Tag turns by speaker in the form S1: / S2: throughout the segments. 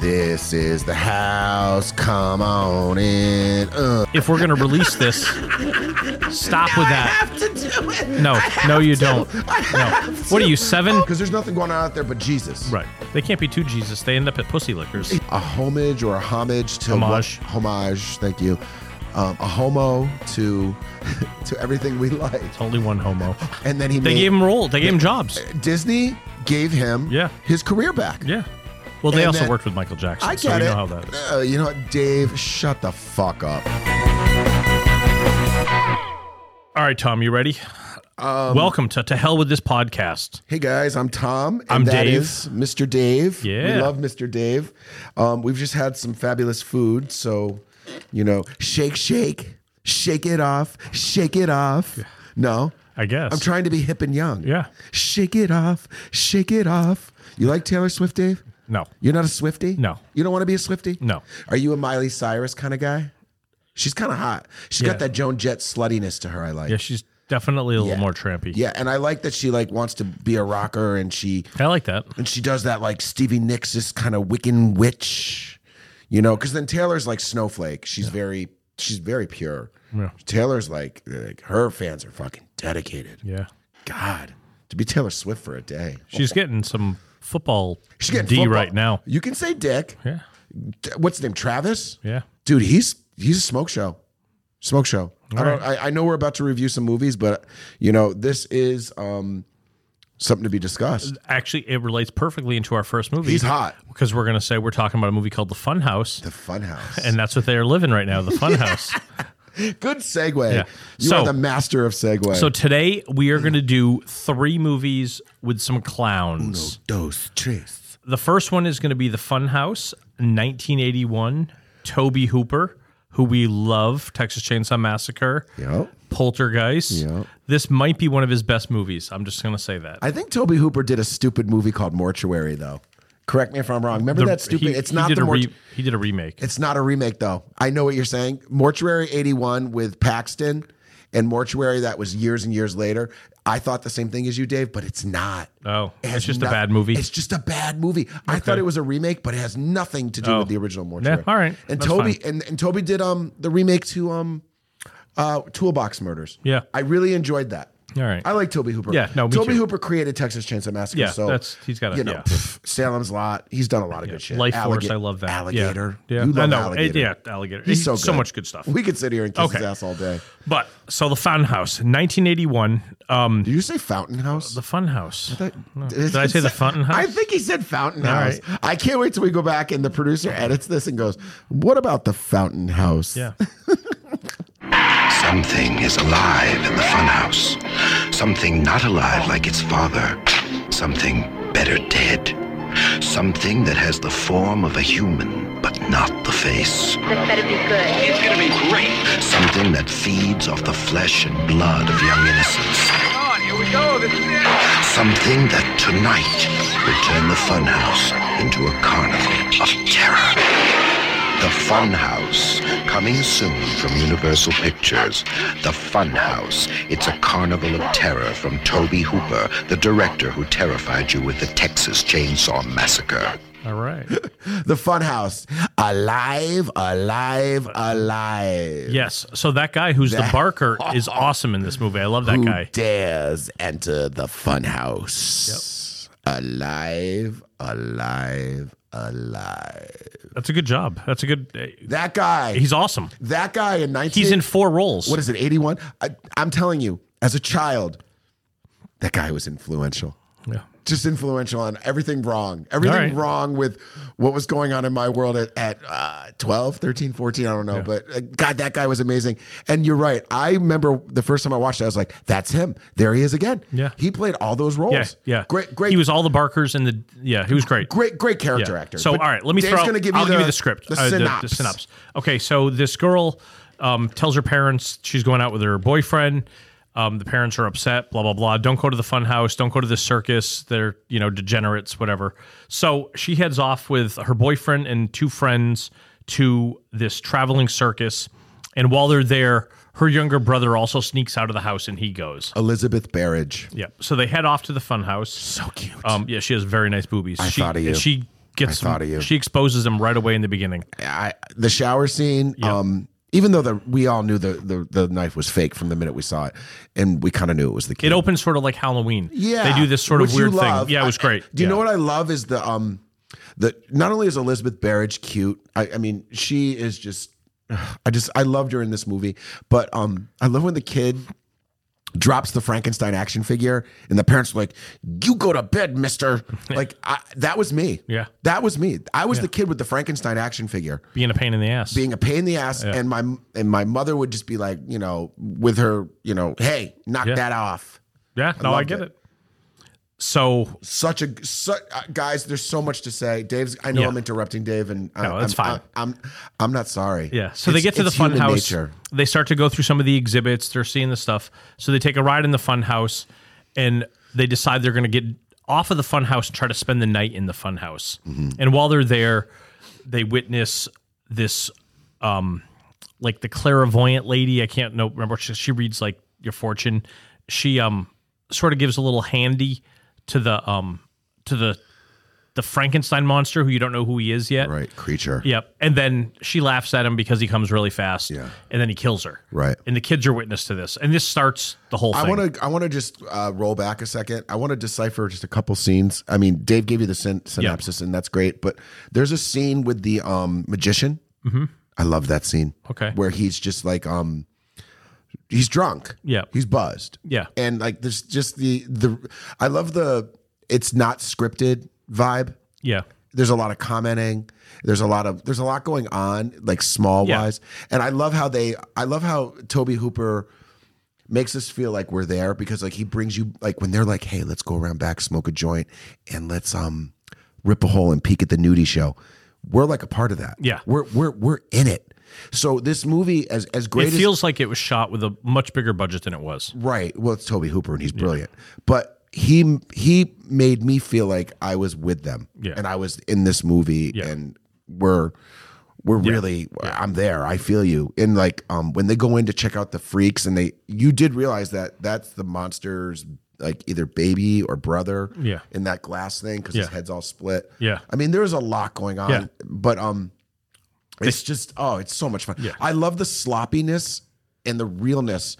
S1: This is the house. Come on in. Uh.
S2: If we're gonna release this, stop with that.
S1: have to do it.
S2: No, no, you don't. No. What are you seven?
S1: Because there's nothing going on out there but Jesus.
S2: Right. They can't be two Jesus. They end up at pussy lickers.
S1: A homage or a homage to
S2: Homage.
S1: what- homage. Thank you. Um, a homo to to everything we like.
S2: Only one homo.
S1: And then he
S2: They
S1: made
S2: gave him role. They gave him jobs.
S1: Disney gave him
S2: Yeah.
S1: his career back.
S2: Yeah. Well, they
S1: And
S2: also
S1: then-
S2: worked with Michael Jackson,
S1: I get
S2: so you
S1: it.
S2: know how that is.
S1: Uh, you know what, Dave? Shut the fuck up.
S2: All right, Tom, you ready?
S1: Um,
S2: Welcome to To Hell with This Podcast.
S1: Hey guys, I'm Tom. And
S2: I'm
S1: that
S2: Dave.
S1: is Mr. Dave.
S2: Yeah.
S1: We love Mr. Dave. Um, we've just had some fabulous food. So, you know, shake, shake, shake it off, shake it off. No,
S2: I guess.
S1: I'm trying to be hip and young.
S2: Yeah.
S1: Shake it off, shake it off. You like Taylor Swift, Dave?
S2: No.
S1: You're not a Swifty?
S2: No.
S1: You don't want to be a Swifty?
S2: No.
S1: Are you a Miley Cyrus kind of guy? She's kind of hot. She's
S2: Yeah.
S1: got that Joan Jett sluttiness to her, I like.
S2: Yeah, she's definitely a little more trampy.
S1: Yeah, and I like that she like wants to be a rocker and she
S2: I like that.
S1: and she does that like Stevie Nicks this kind of Wiccan witch, you know. Because then Taylor's like snowflake. She's very she's very pure. Taylor's like, like her fans are fucking dedicated.
S2: Yeah.
S1: God, to be Taylor Swift for a day.
S2: She's getting some football
S1: She's getting
S2: D
S1: football.
S2: right now.
S1: You can say Dick.
S2: Yeah.
S1: D- What's his name? Travis.
S2: Yeah.
S1: Dude, he's he's a smoke show. Smoke show. I don't. I, I know we're about to review some movies, but you know this is um something to be discussed.
S2: Actually, it relates perfectly into our first movie.
S1: He's hot.
S2: Because we're going to say we're talking about a movie called The Funhouse.
S1: The Funhouse.
S2: and that's what they are living right now, The Funhouse.
S1: Good segue.
S2: Yeah.
S1: You
S2: So-
S1: are the master of segue.
S2: So today we are going to do three movies with some clowns.
S1: Dos, tres.
S2: The first one is going to be The Funhouse, 1981, Toby Hooper, who we love, Texas Chainsaw Massacre,
S1: Yep.
S2: Poltergeist.
S1: Yep.
S2: This might be one of his best movies. I'm just going to say that.
S1: I think Toby Hooper did a stupid movie called Mortuary, though. Correct me if I'm wrong. Remember
S2: The-
S1: that stupid?
S2: he-
S1: it's
S2: he
S1: not
S2: did
S1: the
S2: a
S1: mort-
S2: re- he did a remake.
S1: It's not a remake, though. I know what you're saying. Mortuary '81 with Paxton, and Mortuary that was years and years later. I thought the same thing as you, Dave, but it's not.
S2: Oh,
S1: It
S2: it's
S1: has
S2: just a
S1: noth-
S2: bad movie.
S1: It's just a bad movie. I thought it was a remake, but it has nothing to do with the original Mortuary.
S2: Oh. all right.
S1: And
S2: That's
S1: Toby and, and Toby did um the remake to um uh Toolbox Murders.
S2: Yeah.
S1: I really enjoyed that.
S2: All right.
S1: I like Toby Hooper.
S2: Yeah, no, me
S1: Toby
S2: too.
S1: Hooper created Texas Chainsaw Massacre.
S2: Yeah,
S1: so
S2: that's- he's got a-
S1: you know
S2: yeah.
S1: pff, Salem's Lot. He's done a lot of good shit.
S2: Life Force,
S1: Alliga-
S2: I love that. Yeah.
S1: Alligator.
S2: Yeah.
S1: You
S2: I
S1: love
S2: know.
S1: Alligator.
S2: It- yeah, Alligator.
S1: He's so good.
S2: much good stuff.
S1: We could sit here and kiss his
S2: Okay.
S1: ass all day.
S2: But so The Funhouse, 1981, um
S1: Did you say Fountain House?
S2: The Funhouse.
S1: Did
S2: I say the
S1: say-
S2: Fountain House?
S1: I think he said Fountain House. I can't wait till we go back and the producer edits this and goes, "What about the Fountain House?"
S2: yeah.
S3: Something is alive in the funhouse. Something not alive like its father. Something better dead. Something that has the form of a human, but not the face.
S4: This better be good.
S5: It's gonna be great.
S3: Something that feeds off the flesh and blood of young innocents.
S5: Come on, here we go. This is it.
S3: Something that tonight will turn the funhouse into a carnival of terror. The Funhouse, coming soon from Universal Pictures. The Funhouse. It's a carnival of terror from Toby Hooper, the director who terrified you with the Texas Chainsaw Massacre.
S2: All right.
S1: The Fun House, alive, alive, alive.
S2: Yes. So that guy who's the barker is awesome in this movie. I love that
S1: Who
S2: guy.
S1: dares enter the Fun House? Alive, alive, alive.
S2: That's a good job. That's a good. uh,
S1: That guy.
S2: He's awesome.
S1: that guy in 19-
S2: He's in four roles.
S1: what is it, 81? I, I'm telling you, as a child, that guy was influential.
S2: Yeah.
S1: Just influential on everything wrong. Everything
S2: right.
S1: wrong with what was going on in my world at, at uh, 12, 13, 14. I don't know. But uh, God, that guy was amazing. And you're right. I remember the first time I watched it, I was like, that's him. There he is again.
S2: Yeah.
S1: He played all those roles.
S2: Yeah, yeah.
S1: Great, great.
S2: He was all the barkers and the. Yeah, he was great.
S1: Great, great character
S2: Yeah.
S1: actor.
S2: So
S1: But
S2: all right, let me
S1: Dave's
S2: throw.
S1: gonna give
S2: I'll
S1: you the,
S2: give you the script.
S1: The
S2: uh,
S1: synopsis.
S2: The, synopsis. Okay, so this girl um, tells her parents she's going out with her boyfriend. Um, the parents are upset. Blah blah blah. Don't go to the fun house. Don't go to the circus. They're you know degenerates. Whatever. So she heads off with her boyfriend and two friends to this traveling circus. And while they're there, her younger brother also sneaks out of the house and he goes.
S1: Elizabeth Barrage.
S2: Yeah. So they head off to the funhouse.
S1: So cute.
S2: Um, yeah, she has very nice boobies. I she,
S1: thought of you.
S2: She gets
S1: I thought of you.
S2: she exposes him right away in the beginning.
S1: I, the shower scene. Um, even though the, we all knew the, the the knife was fake from the minute we saw it, and we kind of knew it was the kid.
S2: It opens sort of like Halloween.
S1: Yeah,
S2: they do this sort of
S1: which you
S2: weird thing.
S1: love.
S2: Yeah, it
S1: I-
S2: was great.
S1: Do you
S2: Yeah.
S1: know what I love is the um, the not only is Elizabeth Barrage cute. I, I mean, she is just. I just I loved her in this movie, but um, I love when the kid drops the Frankenstein action figure and the parents are like, "You go to bed, Mister." like I, that was me.
S2: Yeah.
S1: that was me. I was the kid with the Frankenstein action figure
S2: Being a pain in the ass.
S1: being a pain in the ass and my and my mother would just be like you know with her you know hey knock
S2: Yeah.
S1: that off
S2: yeah, no, I,
S1: loved
S2: get
S1: it.
S2: it. So
S1: such a such, uh, guys there's so much to say dave's i know
S2: Yeah.
S1: i'm interrupting dave and I-
S2: No, that's
S1: I'm,
S2: fine.
S1: I, am i'm not sorry
S2: Yeah. So they
S1: It's-
S2: get to the
S1: it's human
S2: funhouse.
S1: nature.
S2: They start to go through some of the exhibits. They're seeing the stuff. So they take a ride in the funhouse and they decide they're going to get off of the funhouse and try to spend the night in the funhouse.
S1: Mm-hmm.
S2: And while they're there, they witness this um like the clairvoyant lady, I can't know remember she, she reads like your fortune. She um sort of gives a little handy to the um to the the Frankenstein monster who you don't know who he is yet.
S1: right creature
S2: Yep. And then she laughs at him because he comes really fast. Yeah. And then he kills her.
S1: Right.
S2: And the kids are witness to this. And this starts the whole
S1: I
S2: thing.
S1: want to. I want to just uh, roll back a second. I want to decipher just a couple scenes. I mean, Dave gave you the syn- synopsis, and that's great. But there's a scene with the um, magician. Mm-hmm. I love that scene.
S2: Okay.
S1: where he's just like um, he's drunk.
S2: Yeah.
S1: he's buzzed.
S2: Yeah.
S1: and like there's just the the. I love the. It's not scripted vibe.
S2: yeah.
S1: There's a lot of commenting. There's a lot of there's a lot going on, like small
S2: Yeah.
S1: wise. And I love how they. I love how Toby Hooper makes us feel like we're there because like he brings you like when they're like, hey, let's go around back, smoke a joint, and let's um rip a hole and peek at the nudie show. We're like a part of that.
S2: Yeah.
S1: we're we're we're in it. So this movie, as as great
S2: It
S1: as
S2: feels like it was shot with a much bigger budget than it was.
S1: Right. Well, it's Toby Hooper, and he's brilliant. But he he made me feel like I was with them,
S2: Yeah.
S1: and I was in this movie,
S2: Yeah.
S1: and we're we're really I'm there. I feel you. And like um, when they go in to check out the freaks, and they you did realize that that's the monsters. Like either baby or brother,
S2: Yeah.
S1: in that glass thing because his
S2: Yeah.
S1: head's all split.
S2: Yeah.
S1: I mean there's a lot going on,
S2: Yeah.
S1: but um, it's just oh, it's so much fun. I love the sloppiness and the realness.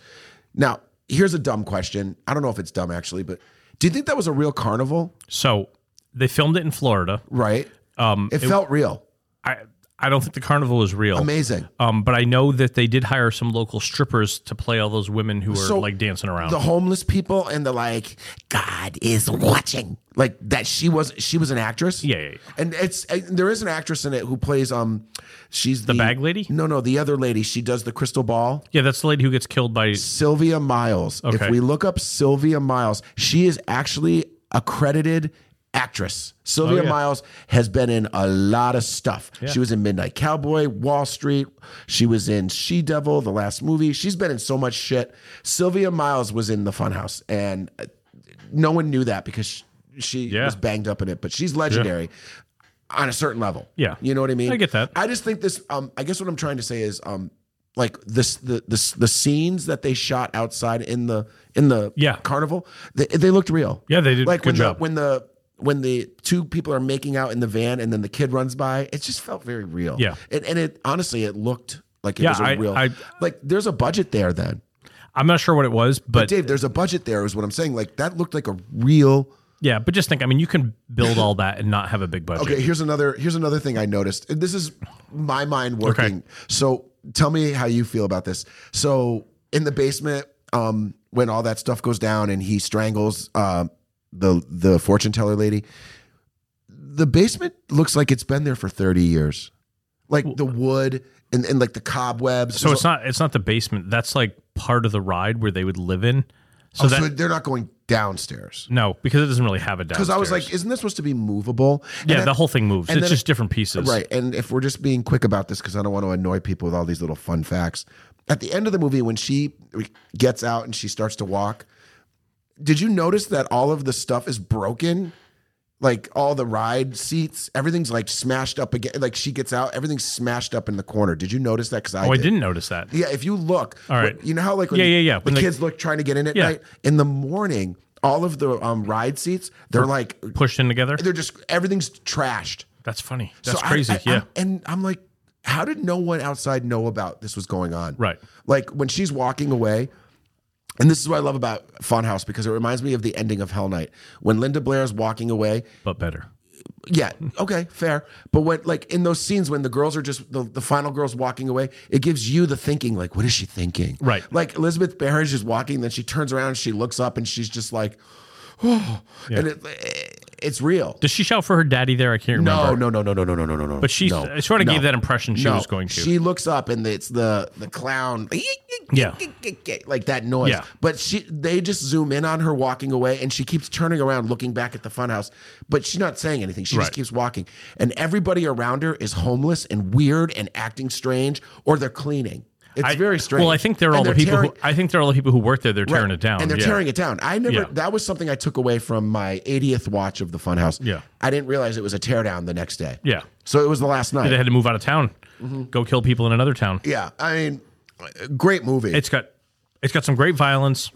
S1: Now, here's a dumb question. I don't know if it's dumb actually, but do you think that was a real carnival?
S2: So they filmed it in Florida.
S1: Right? Um, it, felt real.
S2: I I don't think the carnival was real.
S1: Amazing.
S2: Um, but I know that they did hire some local strippers to play all those women who were
S1: So,
S2: like dancing around.
S1: The homeless people and the like. God is watching. Like that. She was. She was an actress.
S2: Yeah, yeah, yeah.
S1: And it's and there is an actress in it who plays. Um, she's the,
S2: bag lady?
S1: No, no, the other lady. She does the crystal ball.
S2: yeah, that's the lady who gets killed by.
S1: Sylvia Miles.
S2: Okay.
S1: If we look up Sylvia Miles, she is actually accredited actress. Sylvia
S2: Oh, yeah.
S1: Miles has been in a lot of stuff. She was in Midnight Cowboy, Wall Street. She was in She Devil, the last movie. She's been in so much shit. Sylvia Miles was in The Funhouse, and uh, no one knew that because she, she
S2: Yeah.
S1: was banged up in it, but she's legendary. On a certain level,
S2: Yeah.
S1: you know what I mean.
S2: I get that.
S1: I just think this. Um, I guess what I'm trying to say is, um, like this, the this, the scenes that they shot outside in the in the
S2: Yeah.
S1: carnival, they, they looked real.
S2: Yeah, they did.
S1: Like
S2: Good
S1: when
S2: job.
S1: the when the when the two people are making out in the van and then the kid runs by, it just felt very real.
S2: Yeah.
S1: and, and it honestly, it looked like it
S2: Yeah,
S1: was a
S2: I-
S1: real.
S2: I-
S1: like there's a budget there then,
S2: I'm not sure what it was, but
S1: Dave. There's a budget there is what I'm saying. Like that looked like a real.
S2: yeah, but just think. I mean, you can build all that and not have a big budget.
S1: Okay, here's another here's another thing I noticed. And This is my mind working.
S2: Okay.
S1: So tell me how you feel about this. So in the basement, um, when all that stuff goes down and he strangles uh, the the fortune teller lady, the basement looks like it's been there for thirty years. Like the wood and, and like the cobwebs.
S2: So it's not it's not the basement. That's like part of the ride where they would live in. So
S1: Oh,
S2: that
S1: so they're not going downstairs.
S2: no, because it doesn't really have a downstairs.
S1: Because I was like, isn't this supposed to be movable? And
S2: yeah,
S1: then-
S2: the whole thing moves.
S1: and
S2: It's
S1: then-
S2: just different pieces.
S1: Right. And if we're just being quick about this, because I don't want to annoy people with all these little fun facts, at the end of the movie, when she gets out and she starts to walk, did you notice that all of the stuff is broken? Like all the ride seats, everything's like smashed up again. Like she gets out, everything's smashed up in the corner. Did you notice that? Because I,
S2: Oh, I
S1: did.
S2: didn't notice that.
S1: Yeah, if you look,
S2: All right.
S1: when- you know how like when
S2: Yeah, yeah, yeah.
S1: the
S2: When they-
S1: kids look trying to get in at
S2: Yeah.
S1: night in the morning, all of the um, ride seats, they're like
S2: Pushed in together.
S1: they're just everything's trashed.
S2: That's funny. That's
S4: So I-
S2: crazy.
S4: I-
S2: yeah.
S4: I'm- and I'm like, how did no one outside know about this was going on?
S2: Right.
S4: Like when she's walking away, and this is what I love about Funhouse because it reminds me of the ending of Hell Night when Linda Blair is walking away.
S2: but better.
S4: Yeah, okay, fair. But what like in those scenes when the girls are just the, the final girls walking away, it gives you the thinking like, what is she thinking?
S2: Right.
S4: Like Elizabeth Barron's just walking, then she turns around, and she looks up, and she's just like, oh, and it, it's real.
S2: Does she shout for her daddy there? I can't remember.
S4: No, no, no, no, no, no, no, no, no, no.
S2: But she
S4: no,
S2: I sort of
S4: no.
S2: gave that impression she
S4: No,
S2: was going to.
S4: She looks up and it's the the clown.
S2: Yeah.
S4: Like that noise.
S2: Yeah.
S4: But she they just zoom in on her walking away and she keeps turning around looking back at the funhouse, but she's not saying anything. She
S2: Right.
S4: just keeps walking. And everybody around her is homeless and weird and acting strange or they're cleaning. It's
S2: I-
S4: very strange.
S2: Well, I think they're
S4: And
S2: all the people.
S4: tearing-
S2: who, I think they're all the people who work there. They're
S4: Right.
S2: tearing it down.
S4: And they're
S2: yeah.
S4: tearing it down. I never
S2: Yeah.
S4: that was something I took away from my 80th watch of the Funhouse.
S2: Yeah.
S4: I didn't realize it was a teardown the next day.
S2: Yeah.
S4: So it was the last night.
S2: They had to move out of town,
S4: Mm-hmm.
S2: go kill people in another town.
S4: Yeah, I mean, great movie.
S2: It's got, it's got some great violence.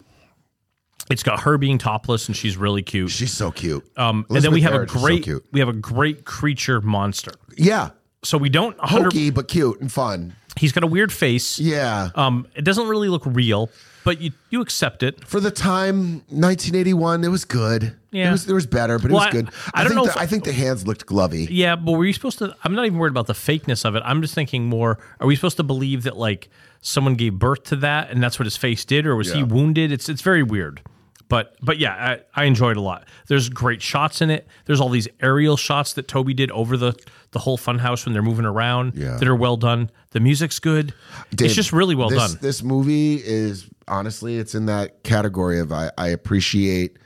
S2: It's got her being topless and she's really cute.
S4: She's so cute.
S2: um, and then we
S4: Elizabeth
S2: have a
S4: Barrett is so
S2: great,
S4: cute.
S2: we have a great creature monster.
S4: yeah,
S2: So we don't. 100,
S4: hokey but cute and fun.
S2: He's got a weird face.
S4: Yeah,
S2: Um, it doesn't really look real, but you you accept it.
S4: for the time, 1981, it was good.
S2: Yeah.
S4: it was, there was better, but
S2: Well,
S4: it
S2: I-
S4: was good.
S2: I don't
S4: think
S2: know
S4: The,
S2: if-
S4: I think the hands looked glovey.
S2: Yeah, but were you supposed to? I'm not even worried about the fakeness of it. I'm just thinking more. Are we supposed to believe that like someone gave birth to that and that's what his face did, or was he
S4: Yeah.
S2: wounded? It's it's very weird. But but yeah, I, I enjoyed it a lot. There's great shots in it. There's all these aerial shots that Toby did over the the whole funhouse when they're moving around
S4: Yeah.
S2: that are well done. The music's good.
S4: Dave,
S2: it's just really well
S4: this-
S2: done.
S4: This movie is honestly, it's in that category of I, I appreciate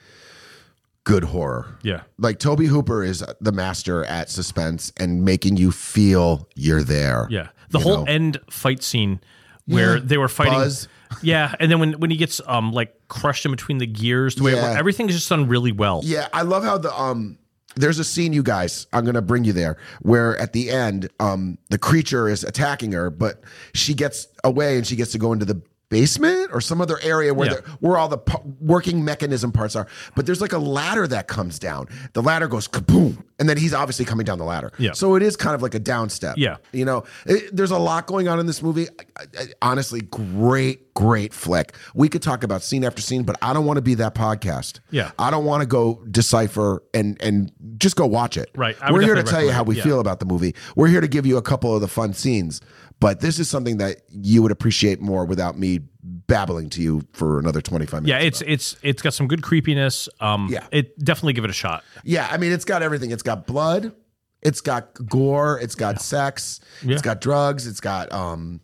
S4: good horror.
S2: Yeah.
S4: like Toby Hooper is the master at suspense and making you feel you're there.
S2: Yeah. The
S4: You
S2: whole
S4: know?
S2: end fight scene where
S4: Yeah.
S2: they were fighting.
S4: Buzz.
S2: Yeah, and then when, when he gets um like crushed in between the gears, the way it
S4: Yeah.
S2: wor- everything's just done really well.
S4: Yeah, I love how the um there's a scene you guys I'm going to bring you there where at the end um the creature is attacking her but she gets away and she gets to go into the basement or some other area where
S2: Yeah.
S4: the, where all the p- working mechanism parts are but there's like a ladder that comes down the ladder goes kaboom and then he's obviously coming down the ladder
S2: Yeah.
S4: so it is kind of like a down step
S2: Yeah.
S4: you know it, there's a lot going on in this movie I, I, honestly great great flick we could talk about scene after scene but I don't want to be that podcast
S2: Yeah.
S4: I don't want to go decipher and and just go watch it.
S2: Right. I would
S4: We're here to
S2: definitely
S4: tell you
S2: recommend
S4: how
S2: it.
S4: we
S2: Yeah.
S4: feel about the movie. We're here to give you a couple of the fun scenes, but this is something that you would appreciate more without me babbling to you for another 25 minutes.
S2: Yeah, it's it's it's got some good creepiness. Um,
S4: Yeah.
S2: it definitely give it a shot.
S4: Yeah, I mean it's got everything. It's got blood, it's got gore, it's got sex,
S2: Yeah.
S4: it's got drugs, it's got um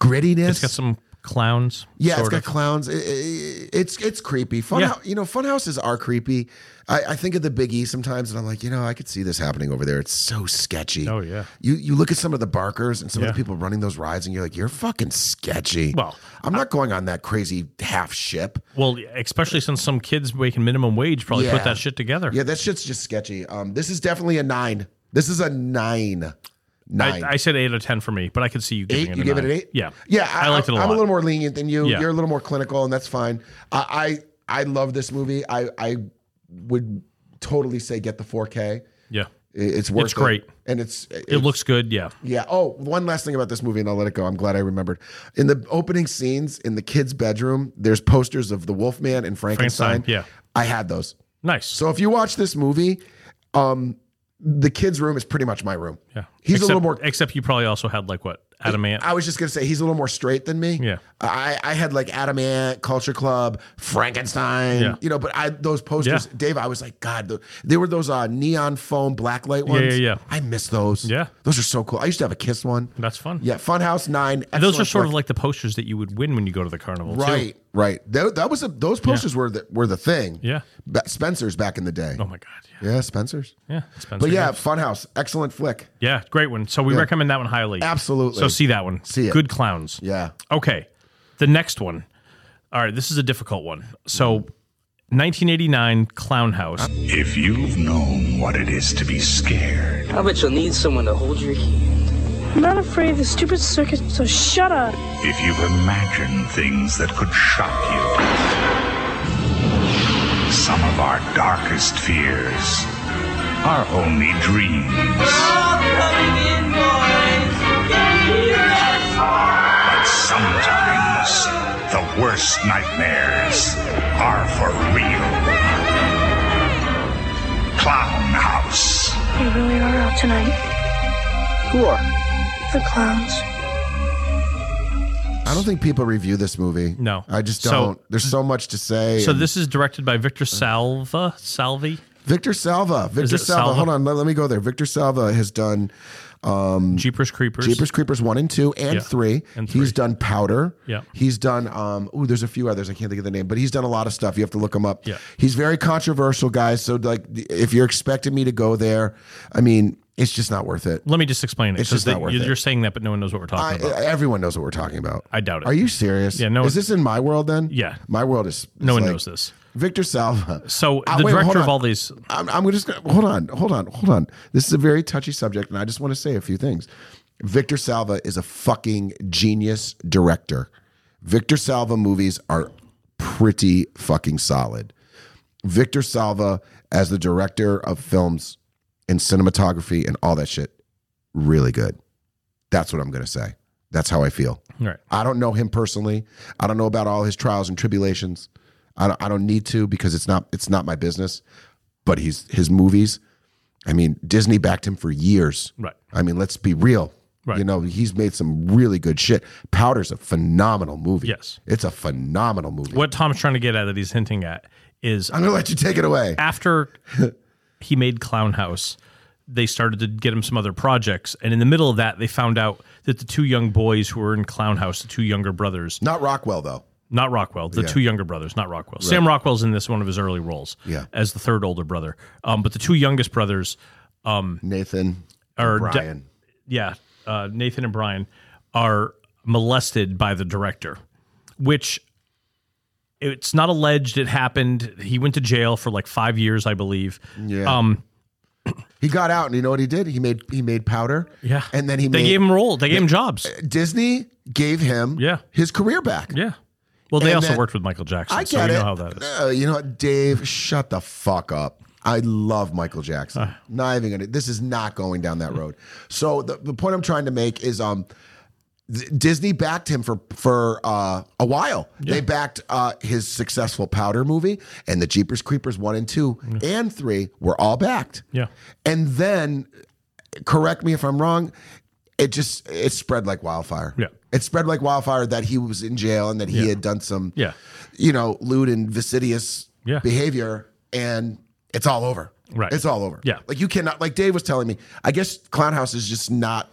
S4: grittiness.
S2: It's got some clowns.
S4: Yeah,
S2: sort
S4: it's got
S2: of.
S4: clowns. I- I- I- it's it's creepy. Fun,
S2: Yeah.
S4: you know, fun houses are creepy. I, I think of the Big E sometimes, and I'm like, you know, I could see this happening over there. It's so sketchy.
S2: Oh, yeah.
S4: You you look at some of the barkers and some of
S2: Yeah.
S4: the people running those rides, and you're like, you're fucking sketchy.
S2: Well,
S4: I'm not going on that crazy half ship.
S2: well, especially since some kids making minimum wage probably put
S4: Yeah.
S2: that shit together.
S4: Yeah, that shit's just sketchy. Um, this is definitely a nine. This is a nine. Nine.
S2: I, I said eight out of ten for me, but I could see you giving
S4: eight.
S2: it.
S4: You
S2: a
S4: give it
S2: nine.
S4: an eight.
S2: Yeah,
S4: yeah.
S2: I, liked it a
S4: I'm
S2: lot.
S4: a little more lenient than you.
S2: Yeah.
S4: You're a little more clinical, and that's fine. I I, I love this movie. I I would totally say get the 4K.
S2: yeah,
S4: I- It's worth
S2: It's
S4: it.
S2: great.
S4: and it's
S2: it looks good. Yeah,
S4: yeah. Oh, one last thing about this movie, and I'll let it go. I'm glad I remembered. In the opening scenes in the kid's bedroom, there's posters of the Wolfman and Frankenstein.
S2: Frankenstein, yeah.
S4: I had those.
S2: nice.
S4: So if you watch this movie, um, the kid's room is pretty much my room.
S2: yeah,
S4: he's a
S2: except,
S4: little more-
S2: Except you probably also had like what adamant.
S4: I was just gonna say he's a little more straight than me.
S2: Yeah.
S4: I, I had like Adamant, Culture Club, Frankenstein.
S2: Yeah.
S4: You know, but I those posters,
S2: Yeah.
S4: Dave. I was like, God, the, they were those uh, neon foam blacklight ones.
S2: yeah, yeah.
S4: I miss those.
S2: Yeah.
S4: those are so cool. I used to have a Kiss one.
S2: That's fun.
S4: Yeah, Funhouse Nine.
S2: And those are
S4: excellent
S2: sort
S4: work.
S2: of like the posters that you would win when you go to the carnival. too.
S4: right, right. Tho- that was a, those posters were the, were the thing.
S2: Yeah.
S4: Ba- Spencer's back in the day.
S2: Oh my god. Yeah.
S4: Yeah, Spencer's.
S2: Yeah. Spencer.
S4: But yeah, Funhouse, excellent flick.
S2: Yeah. Great one. So we recommend that one highly.
S4: Absolutely.
S2: So see that one.
S4: See it.
S2: Good clowns.
S4: Yeah,
S2: Okay. The next one. All right, this is a difficult one. So 1989 Clown House.
S3: If you've known what it is to be scared,
S6: I bet you'll need someone to hold your hand.
S7: I'm not afraid of the stupid circus, so shut up.
S3: if you've imagined things that could shock you, some of our darkest fears
S4: are only dreams.
S1: Ah!
S4: But sometimes the worst nightmares are for real. Clown House.
S7: They really are out tonight.
S6: Who are?
S7: The clowns.
S1: I don't think people review this movie.
S2: No.
S1: I just
S2: So-
S1: don't. There's so much to say.
S2: So
S1: and-
S2: this is directed by Victor Salva Salvi.
S1: Victor Salva. Victor
S2: it
S1: Salva.
S2: Salva?
S1: Hold on. Let, let me go there. Victor Salva has done
S2: Jeepers Creepers.
S1: Jeepers Creepers one and two and
S2: Yeah.
S1: three.
S2: And
S1: He's
S2: three.
S1: done Powder.
S2: Yeah.
S1: He's done. Um. Ooh, there's a few others. I can't think of the name, but he's done a lot of stuff. You have to look him up.
S2: Yeah.
S1: He's very controversial, guys. So like, if you're expecting me to go there, I mean, it's just not worth it.
S2: Let me just explain it.
S1: It's
S2: 'cause
S1: just not worth
S2: you're,
S1: it.
S2: you're saying that, but no one knows what we're
S1: I,
S2: talking about.
S1: everyone knows what we're talking about.
S2: I doubt it.
S1: Are you serious?
S2: Yeah, no-
S1: Is this in my world then?
S2: Yeah.
S1: My world is.
S2: no
S1: is
S2: one
S1: like-
S2: knows this.
S1: Victor Salva.
S2: So
S1: Ah,
S2: the
S1: wait, hold
S2: director of
S1: on.
S2: all these.
S1: I'm, I'm just gonna hold on, hold on, hold on. This is a very touchy subject, and I just want to say a few things. Victor Salva is a fucking genius director. Victor Salva movies are pretty fucking solid. Victor Salva, as the director of films and cinematography and all that shit, really good. That's what I'm gonna say. That's how I feel.
S2: All right.
S1: I don't know him personally. I don't know about all his trials and tribulations. I don't, I don't need to because it's not it's not my business. But he's his movies. I mean, Disney backed him for years.
S2: Right.
S1: I mean, let's be real.
S2: Right.
S1: You know, he's made some really good shit. Powder's a phenomenal movie.
S2: Yes.
S1: It's a phenomenal movie.
S2: What Tom's trying to get at that he's hinting at is
S1: I'm gonna let you take it away.
S2: after he made Clown House, they started to get him some other projects, and in the middle of that, they found out that the two young boys who were in Clown House, the two younger brothers,
S1: Not Rockwell though.
S2: not Rockwell, the two younger brothers, not Rockwell. Sam Rockwell's in this one of his early roles,
S1: Yeah.
S2: as the third older brother. Um, but the two youngest brothers,
S1: Nathan
S2: Or De-
S1: Brian.
S2: yeah, uh, Nathan and Brian are molested by the director, which it's not alleged it happened. He went to jail for like five years, I believe.
S1: Yeah.
S2: Um,
S1: he got out, and you know what he did? He made he made Powder.
S2: yeah.
S1: And then he
S2: they
S1: made
S2: gave him role. They gave him jobs.
S1: uh, Disney gave him
S2: Yeah.
S1: his career back.
S2: Yeah. Well, they
S1: And
S2: also
S1: then-
S2: worked with Michael Jackson,
S1: I get
S2: so you
S1: it.
S2: know how that is.
S1: Uh, you know what, Dave? Shut the fuck up. I love Michael Jackson.
S2: Ah.
S1: not even gonna. This is not going down that road. So the, the point I'm trying to make is, um, th- Disney backed him for for uh, a while. They backed uh, his successful Powder movie and the Jeepers Creepers one and two and three were all backed.
S2: Yeah.
S1: And then, correct me if I'm wrong. It just it spread like wildfire.
S2: Yeah.
S1: It spread like wildfire that he was in jail and that he
S2: Yeah.
S1: had done some
S2: Yeah.
S1: you know, lewd and vicious
S2: Yeah.
S1: behavior, and it's all over.
S2: Right.
S1: It's all over.
S2: Yeah.
S1: Like you cannot. Like Dave was telling me, I guess Clown House is just not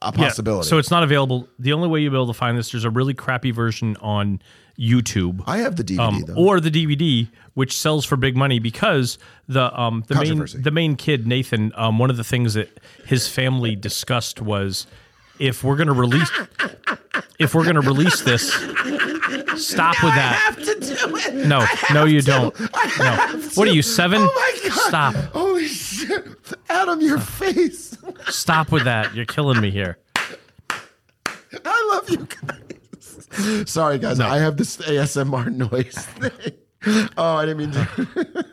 S1: a
S2: Yeah,
S1: possibility.
S2: So it's not available. The only way you'll be able to find this, there's a really crappy version on YouTube.
S1: I have the DVD
S2: um,
S1: though.
S2: or the DVD, which sells for big money because the um, the main
S1: Controversy.
S2: the main kid Nathan. Um, one of the things that his family discussed was if we're going to release if we're going to release this, stop with that.
S1: to do it.
S2: No, no, you don't.
S1: I
S2: No.
S1: have
S2: What are
S1: to.
S2: you seven?
S1: Oh my god!
S2: Stop!
S1: Holy shit! Adam, your face.
S2: Stop with that. You're killing me here.
S1: I love you guys. Sorry, guys. I have this ASMR noise thing. Oh, I didn't mean to.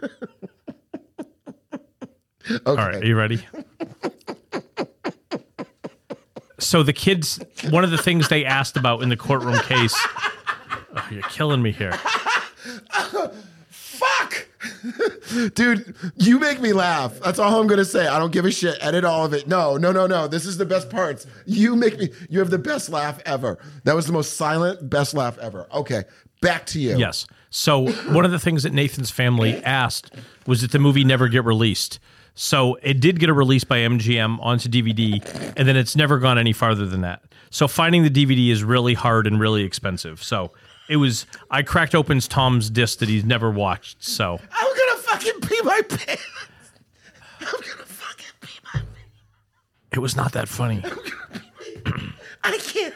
S1: okay.
S2: All right, are you ready? so the kids, one of the things they asked about in the courtroom case. Oh, you're killing me here.
S1: Fuck! Dude, you make me laugh. That's all I'm gonna say. I don't give a shit. Edit all of it. No, no, no, no. This is the best parts. You make me you have the best laugh ever. That was the most silent, best laugh ever. Okay. Back to you.
S2: Yes. So one of the things that Nathan's family asked was that the movie never get released. So it did get a release by MGM onto DVD, and then it's never gone any farther than that. So finding the DVD is really hard and really expensive. So it was I cracked open Tom's disc that he's never watched. So
S1: I'm gonna fucking pee my pants. I'm gonna fucking pee my pants.
S2: it was not that funny.
S1: I can't.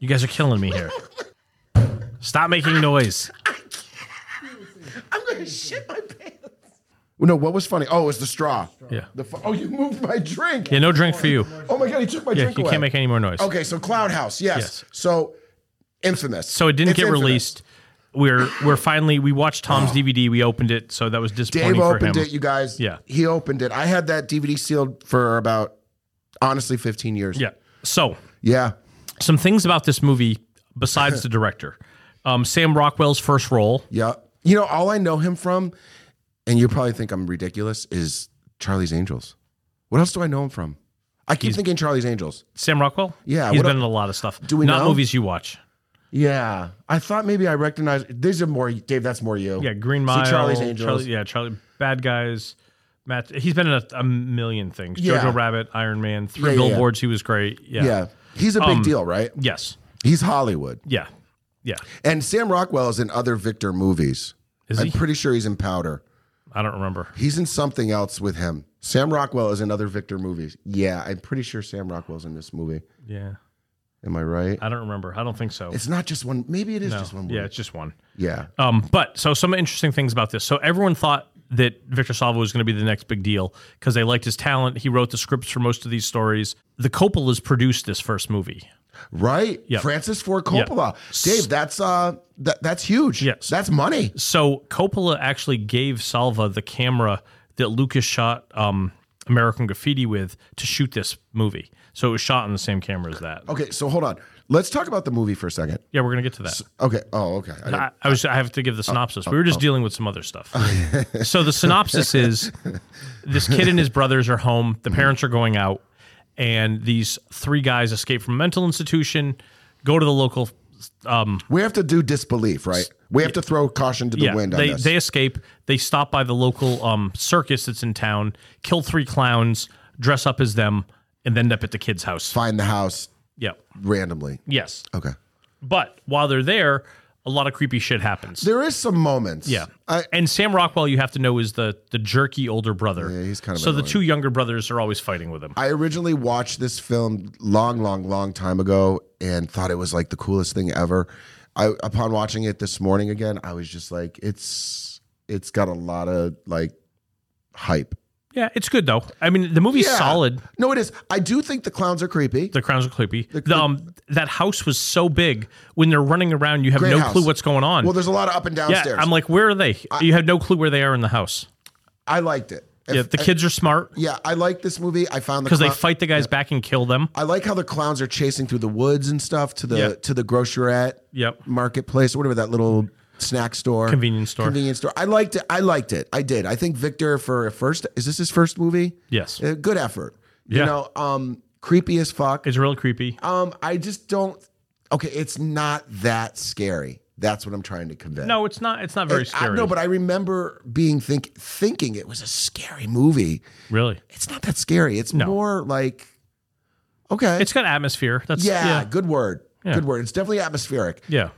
S2: You guys are killing me here. Stop making noise.
S1: I'm gonna shit my pants. No, what was funny? Oh, it was the straw.
S2: Yeah.
S1: The fu- oh, you moved my drink.
S2: Yeah, no drink for you.
S1: Oh my god, he took my
S2: Yeah,
S1: drink
S2: you
S1: away.
S2: can't make any more noise.
S1: Okay, so Cloud House, yes.
S2: Yes.
S1: So infamous.
S2: So it didn't
S1: It's
S2: get
S1: infamous.
S2: released. we're we're finally we watched Tom's DVD. We opened it, so that was disappointing
S1: Dave
S2: for
S1: opened
S2: him.
S1: it, you guys.
S2: Yeah.
S1: He opened it. I had that DVD sealed for about, honestly, 15 years.
S2: yeah. So
S1: Yeah.
S2: some things about this movie besides the director, um, Sam Rockwell's first role.
S1: Yeah. You know, all I know him from, and you probably think I'm ridiculous, is Charlie's Angels. What else do I know him from? I keep thinking Charlie's Angels.
S2: Sam Rockwell.
S1: Yeah,
S2: he's
S1: what
S2: been
S1: el-
S2: in a lot of stuff.
S1: Do we
S2: not
S1: know?
S2: movies you watch?
S1: Yeah. I thought maybe I recognized. These are more, Dave, that's more you.
S2: Yeah,
S1: See,
S2: Green Mile.
S1: Charlie's Angels.
S2: Charlie, yeah, Charlie. Bad Guys. Matt. He's been in a, a million things.
S1: Yeah.
S2: Jojo Rabbit, Iron Man, Three
S1: Yeah, yeah, yeah.
S2: Billboards. He was great. Yeah. Um,
S1: yeah. He's a big deal, right?
S2: Yes.
S1: He's Hollywood.
S2: Yeah. Yeah.
S1: And Sam Rockwell is in other Victor movies.
S2: Is
S1: I'm
S2: he?
S1: pretty sure he's in Powder.
S2: I don't remember.
S1: He's in something else with him. Sam Rockwell is in other Victor movies. Yeah, I'm pretty sure Sam Rockwell's in this movie.
S2: Yeah.
S1: Am I right?
S2: I don't remember. I don't think so.
S1: It's not just one. Maybe it is
S2: no.
S1: just one movie.
S2: yeah, it's just one.
S1: yeah.
S2: Um, but so some interesting things about this. So everyone thought that Victor Salvo was going to be the next big deal because they liked his talent. He wrote the scripts for most of these stories. The Coppolas produced this first movie.
S1: Right.
S2: Yep.
S1: Francis Ford Coppola. Dave, that's uh that, that's huge.
S2: Yes.
S1: That's money.
S2: So Coppola actually gave Salva the camera that Lucas shot um, American Graffiti with to shoot this movie. So it was shot on the same camera as that.
S1: Okay, so hold on. Let's talk about the movie for a second.
S2: Yeah, we're gonna get to that.
S1: Okay. Oh, okay. I didn't-
S2: I, I was. I have to give the synopsis. we were just dealing with some other stuff. so the synopsis is: this kid and his brothers are home. The parents are going out, and these three guys escape from a mental institution, go to the local. Um,
S1: we have to do disbelief, right? We have to throw caution to the
S2: yeah,
S1: wind on
S2: they
S1: this.
S2: they escape. They stop by the local um, circus that's in town, kill three clowns, dress up as them, and end up at the kid's house.
S1: Find the house
S2: Yeah.
S1: randomly.
S2: Yes.
S1: Okay.
S2: But while they're there, a lot of creepy shit happens.
S1: There is some moments.
S2: Yeah,
S1: I,
S2: and Sam Rockwell, you have to know, is the the jerky older brother.
S1: Yeah, he's kind of
S2: so the
S1: annoying.
S2: two younger brothers are always fighting with him.
S1: I originally watched this film long, long, long time ago and thought it was like the coolest thing ever. I, upon watching it this morning again, I was just like, it's it's got a lot of like hype.
S2: yeah, it's good though. I mean, the movie's
S1: Yeah.
S2: solid.
S1: No, it is. I do think the clowns are creepy.
S2: The crowns are creepy. The, um, that house was so big. When they're running around, you have no
S1: house.
S2: clue what's going on.
S1: well, there's a lot of up and
S2: yeah,
S1: downstairs.
S2: I'm like, where are they? you have no clue where they are in the house.
S1: I liked it. If- Uh-huh.
S2: yeah, the kids are smart
S1: yeah, I like this movie. I found the
S2: because they
S1: clown-
S2: fight the guys back and kill them.
S1: I like how the clowns are chasing through the woods and stuff to the
S2: Yeah.
S1: to the grocerette
S2: Yep.
S1: marketplace or whatever that little snack store
S2: Convenience store.
S1: convenience store. I liked it. I liked it. I did. I think Victor for a first is this his first movie?
S2: Yes.
S1: Uh, good effort.
S2: Yeah.
S1: You know, um, creepy as fuck.
S2: It's really creepy.
S1: Um, I just don't. Okay, it's not that scary. That's what I'm trying to convey.
S2: No, it's not. It's not very
S1: I-
S2: scary.
S1: no, but I remember being think thinking it was a scary movie.
S2: really,
S1: It's not that scary. It's
S2: No.
S1: more like okay.
S2: it's got atmosphere. That's
S1: Yeah,
S2: yeah,
S1: good word.
S2: Yeah.
S1: Good word. It's definitely atmospheric.
S2: yeah.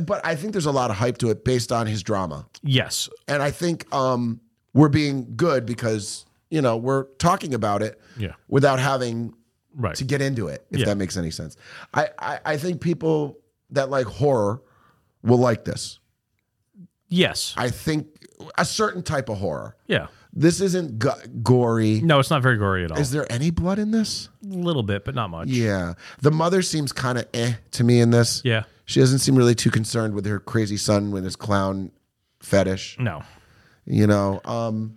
S1: But I think there's a lot of hype to it based on his drama.
S2: yes.
S1: And I think um, we're being good because, you know, we're talking about it
S2: Yeah.
S1: without having
S2: Right.
S1: to get into it, if
S2: Yeah.
S1: that makes any sense. I, I, I think people that like horror will like this.
S2: yes.
S1: I think a certain type of horror.
S2: yeah.
S1: This isn't g- gory.
S2: No, it's not very gory at all.
S1: Is there any blood in this?
S2: a little bit, but not much.
S1: Yeah. The mother seems kind of eh to me in this.
S2: Yeah.
S1: She doesn't seem really too concerned with her crazy son with his clown fetish.
S2: No.
S1: You know, um,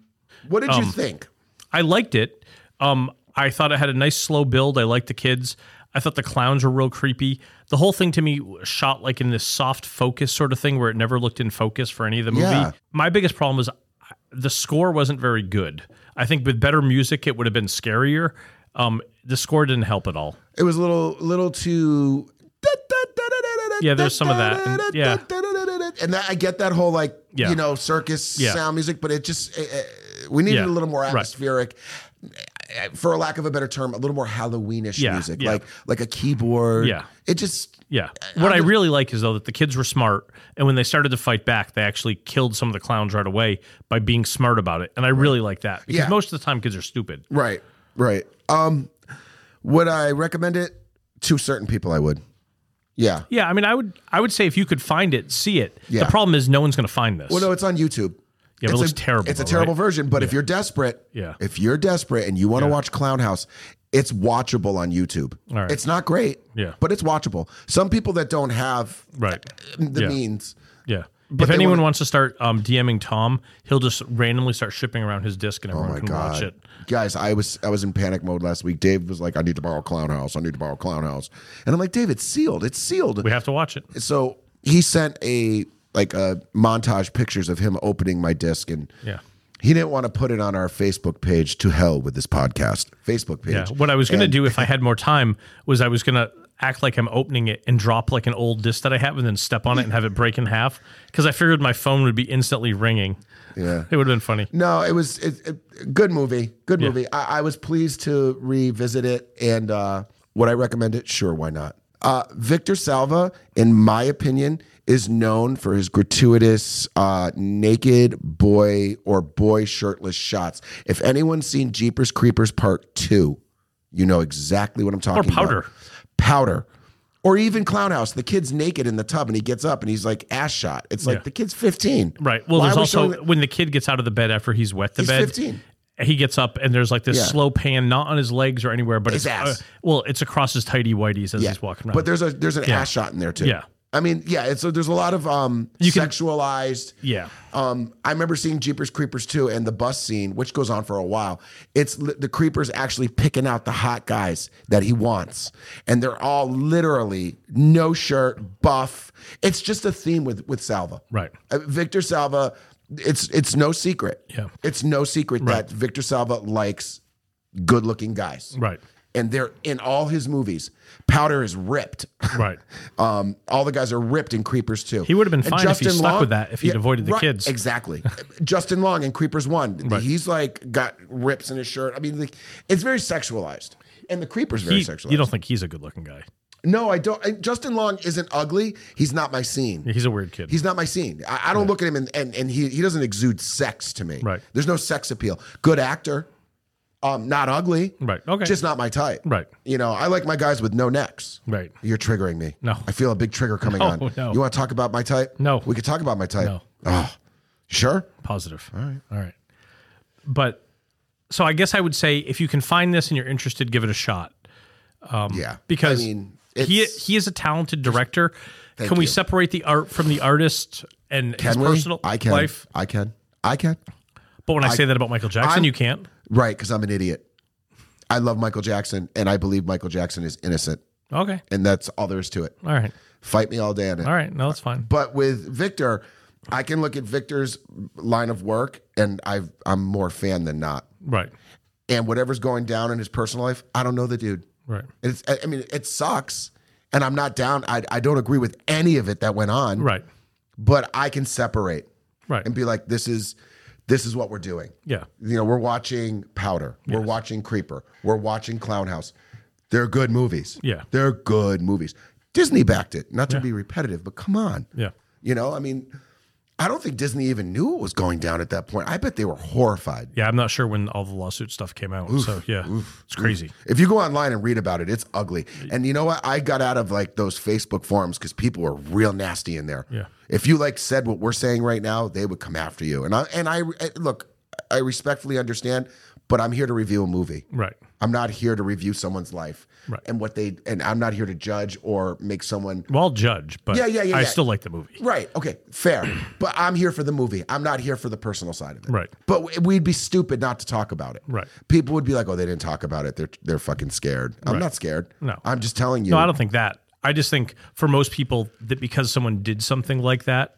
S1: what did you think?
S2: I liked it. Um, I thought it had a nice slow build. I liked the kids. I thought the clowns were real creepy. The whole thing to me was shot like in this soft focus sort of thing where it never looked in focus for any of the movie.
S1: Yeah.
S2: My biggest problem is I- the score wasn't very good. I think with better music, it would have been scarier. Um, the score didn't help at all.
S1: It was a little, little too.
S2: Yeah, there's some of that, and- yeah.
S1: and that, I get that whole like
S2: Yeah.
S1: you know circus
S2: Yeah.
S1: sound music, but it just eh, eh, we needed
S2: Yeah.
S1: a little more
S2: Right.
S1: atmospheric, eh, for a lack of a better term, a little more Halloweenish
S2: Yeah,
S1: music,
S2: yeah.
S1: like like a keyboard.
S2: Yeah.
S1: it Uh, just
S2: Yeah. What I really like is though that the kids were smart, and when they started to fight back, they actually killed some of the clowns right away by being smart about it, and I really like that because
S1: Yeah.
S2: most of the time kids are stupid.
S1: Right, right. Um, would I recommend it to certain people? I would. Yeah.
S2: Yeah, I mean, I would, I would say if you could find it, see it.
S1: Yeah.
S2: The problem is no one's going to find this.
S1: Well, no, it's on YouTube.
S2: Yeah, but it
S1: it's
S2: looks
S1: a,
S2: terrible,
S1: It's a
S2: though,
S1: terrible
S2: right?
S1: version. But if you're desperate,
S2: Yeah.
S1: if you're desperate and you want to
S2: Yeah.
S1: watch Clown House, It's watchable on YouTube.
S2: All right.
S1: It's not great,
S2: Yeah.
S1: but it's watchable. Some people that don't have uh,
S2: Right.
S1: the
S2: Yeah.
S1: means,
S2: Yeah.
S1: But
S2: if
S1: they
S2: anyone
S1: wanna-
S2: wants to start um, DMing Tom, he'll just randomly start shipping around his disc and
S1: oh
S2: everyone
S1: my
S2: can
S1: god,
S2: watch it.
S1: guys, I was I was in panic mode last week. Dave was like, "I need to borrow Clown House. I need to borrow Clown House," and I'm like, "Dave, it's sealed. It's sealed."
S2: We have to watch it.
S1: so he sent a like a montage pictures of him opening my disc and
S2: Yeah.
S1: he didn't want to put it on our Facebook page to hell with this podcast Facebook page.
S2: Yeah. What I was going to do if I had more time was I was going to act like I'm opening it and drop like an old disc that I have and then step on it and have it break in half because I figured my phone would be instantly ringing.
S1: Yeah.
S2: It would have been funny.
S1: No, it was it, it, good movie. Good movie. I, I was pleased to revisit it, and uh, would I recommend it? Sure, why not? Uh, Victor Salva, in my opinion, is known for his gratuitous uh, naked boy or boy shirtless shots. If anyone's seen Jeepers Creepers Part Two, you know exactly what I'm talking about.
S2: Powder.
S1: Powder. Or even Clown House, the kid's naked in the tub and he gets up and he's like ass shot. It's like
S2: Yeah.
S1: the kid's 15.
S2: Right. Well,
S1: Why
S2: there's
S1: are we showing
S2: also
S1: that-
S2: when the kid gets out of the bed after he's wet the
S1: He's
S2: bed.
S1: 15.
S2: He gets up and there's like this
S1: Yeah.
S2: slow pan, not on his legs or anywhere, but
S1: His
S2: it's
S1: ass.
S2: uh, well, it's across his tidy whities as he's walking around.
S1: But there's a there's an ass shot in there too.
S2: Yeah.
S1: I mean, yeah. It's, so there's a lot of um
S2: can-
S1: sexualized.
S2: yeah,
S1: Um, I remember seeing Jeepers Creepers too, and the bus scene, which goes on for a while. It's li- the creepers actually picking out the hot guys that he wants, and they're all literally no shirt, buff. It's just a theme with with Salva,
S2: Right.
S1: Uh, Victor Salva. It's it's no secret.
S2: Yeah.
S1: it's no secret
S2: Right.
S1: that Victor Salva likes good looking guys
S2: right,
S1: and they're in all his movies. Powder is ripped.
S2: right.
S1: Um, all the guys are ripped in Creepers too.
S2: He would have been fine if he stuck with that, if he'd avoided the kids.
S1: Exactly. Justin Long in Creepers One, he's like got rips in his shirt. I mean, like it's very sexualized, and the Creepers very
S2: He-
S1: sexualized.
S2: you don't think he's a good-looking guy?
S1: no, I don't. I- Justin Long isn't ugly. He's not my scene.
S2: He's a weird kid.
S1: He's not my scene. I, I don't look at him and, and, and he, he doesn't exude sex to me.
S2: Right.
S1: There's no sex appeal. Good actor. Um, not ugly.
S2: Right. Okay.
S1: Just not my type.
S2: Right.
S1: You know, I like my guys with no necks.
S2: Right.
S1: You're triggering me.
S2: No.
S1: I feel a big trigger coming
S2: No,
S1: on.
S2: no.
S1: You want to talk about my type?
S2: No.
S1: We could talk about my type.
S2: No.
S1: Oh, sure.
S2: positive. All right. All right. But so I guess I would say if you can find this and you're interested, give it a shot Um,
S1: yeah.
S2: because
S1: I mean,
S2: he
S1: it's-
S2: he is a talented director. Can we
S1: you.
S2: separate the art from the artist and his
S1: can we?
S2: personal
S1: I can.
S2: life?
S1: I can. I can.
S2: But when I, say that about Michael Jackson,
S1: I'm-
S2: you can't.
S1: Right. Because I'm an idiot. I love Michael Jackson and I believe Michael Jackson is innocent.
S2: Okay.
S1: And that's all there is to it.
S2: All right.
S1: Fight me all day on it.
S2: All right. No, that's fine.
S1: But with Victor, I can look at Victor's line of work and I've, I'm more fan than not.
S2: Right.
S1: And whatever's going down in his personal life, I don't know the dude.
S2: Right.
S1: It's, I I mean, it sucks. And I'm not down. I, I don't agree with any of it that went on.
S2: Right.
S1: But I can separate
S2: Right.
S1: and be like, this is this is what we're doing.
S2: Yeah.
S1: You know, we're watching Powder. We're watching Creeper. We're watching Clown House. They're good movies.
S2: Yeah.
S1: They're good movies. Disney backed it. Not to be repetitive, but come on.
S2: Yeah.
S1: You know, I mean, I don't think Disney even knew what was going down at that point. I bet they were horrified.
S2: Yeah. I'm not sure when all the lawsuit stuff came out. so yeah, it's crazy.
S1: If you go online and read about it, it's ugly. And you know what? I got out of like those Facebook forums because people were real nasty in there.
S2: Yeah.
S1: If you like said what we're saying right now, they would come after you. And I and I I- look, I respectfully understand, but I'm here to review a movie.
S2: Right.
S1: I'm not here to review someone's life
S2: Right.
S1: and what they and I'm not here to judge or make someone
S2: Well, I'll judge, but
S1: Yeah, yeah, yeah,
S2: I
S1: yeah.
S2: still like the movie.
S1: Right. Okay. Fair. but I'm here for the movie. I'm not here for the personal side of it.
S2: Right.
S1: But w- we'd be stupid not to talk about it.
S2: Right.
S1: People would be like, "Oh, they didn't talk about it. They're they're fucking scared." I'm not scared.
S2: No.
S1: I'm just telling you.
S2: No, I don't think that. I just think for most people that because someone did something like that,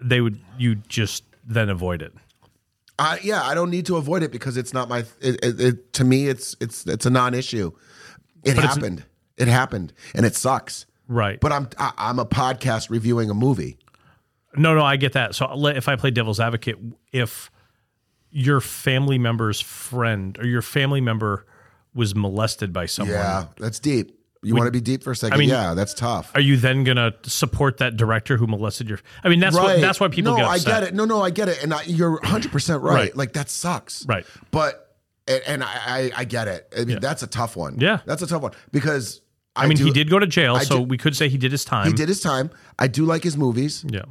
S2: they would you just then avoid it.
S1: I- yeah, I don't need to avoid it because it's not my. It, it, it, to me, it's it's it's a non-issue. It happened. It happened, and it sucks.
S2: Right.
S1: But I'm I, I'm a podcast reviewing a movie.
S2: No, no, I get that. So I'll let- if I play devil's advocate, if your family member's friend or your family member was molested by someone,
S1: Yeah, that's deep. You want to be deep for a second?
S2: mean-
S1: yeah, that's tough.
S2: are you then gonna support that director who molested your? I mean, that's what that's why people
S1: no,
S2: get upset.
S1: I get it. No, no, I get it, and I, you're 100 percent right.
S2: Right.
S1: Like that sucks.
S2: Right.
S1: But and, and I, I I get it. I mean, that's a tough one.
S2: Yeah.
S1: that's a tough one because I,
S2: I mean,
S1: do-
S2: he did go to jail, so
S1: do-
S2: we could say he did his time.
S1: He did his time. I do like his movies.
S2: Yeah.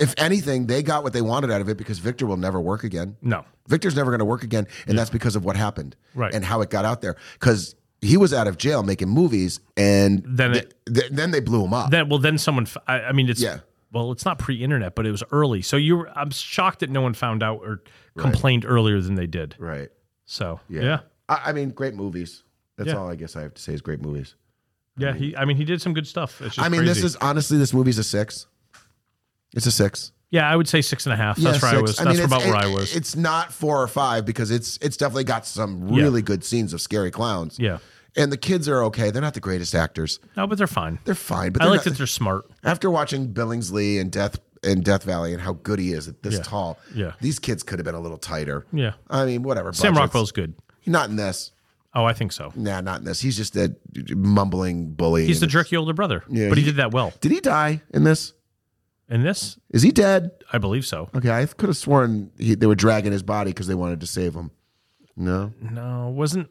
S1: if anything, they got what they wanted out of it because Victor will never work again.
S2: No.
S1: Victor's never going to work again, and that's because of what happened
S2: Right.
S1: and how it got out there. Because he was out of jail making movies, and
S2: Then
S1: th-
S2: it-
S1: th- then they blew him up.
S2: Then well, then someone. f- I, I mean, it's
S1: Yeah.
S2: Well, it's not pre-internet, but it was early. So you, were, I'm shocked that no one found out or complained earlier than they did.
S1: right?
S2: So yeah,
S1: Yeah.
S2: yeah.
S1: I, I mean, great movies. That's
S2: Yeah.
S1: all I guess I have to say is great movies.
S2: he, I mean, he did some good stuff. It's just
S1: I mean, this
S2: crazy.
S1: is honestly, this movie's a six. It's a six.
S2: yeah. I would say six and a half. That's
S1: Yeah,
S2: where I
S1: six.
S2: was.
S1: mean,
S2: That's
S1: it's-
S2: about where
S1: it-
S2: I was.
S1: It's not four or five because it's it's definitely got some
S2: Yeah.
S1: really good scenes of scary clowns.
S2: Yeah.
S1: and the kids are okay. They're not the greatest actors.
S2: no, but they're fine.
S1: They're fine, but
S2: I
S1: they're
S2: like
S1: not-
S2: that they're smart.
S1: after watching Billingsley and Death and Death Valley and how good he is at this
S2: Yeah.
S1: tall,
S2: Yeah.
S1: these kids could have been a little tighter.
S2: Yeah.
S1: I mean, whatever.
S2: Sam
S1: budgets.
S2: Rockwell's good.
S1: not in this.
S2: Oh, I think so.
S1: Nah, not in this. He's just a mumbling bully.
S2: He's the
S1: And it's-
S2: jerky older brother,
S1: Yeah,
S2: but he,
S1: he-
S2: did that well.
S1: Did he die in this?
S2: In this,
S1: Is he dead?
S2: I believe so.
S1: Okay, I could have sworn he, they were dragging his body because they wanted to save him. No.
S2: No, wasn't.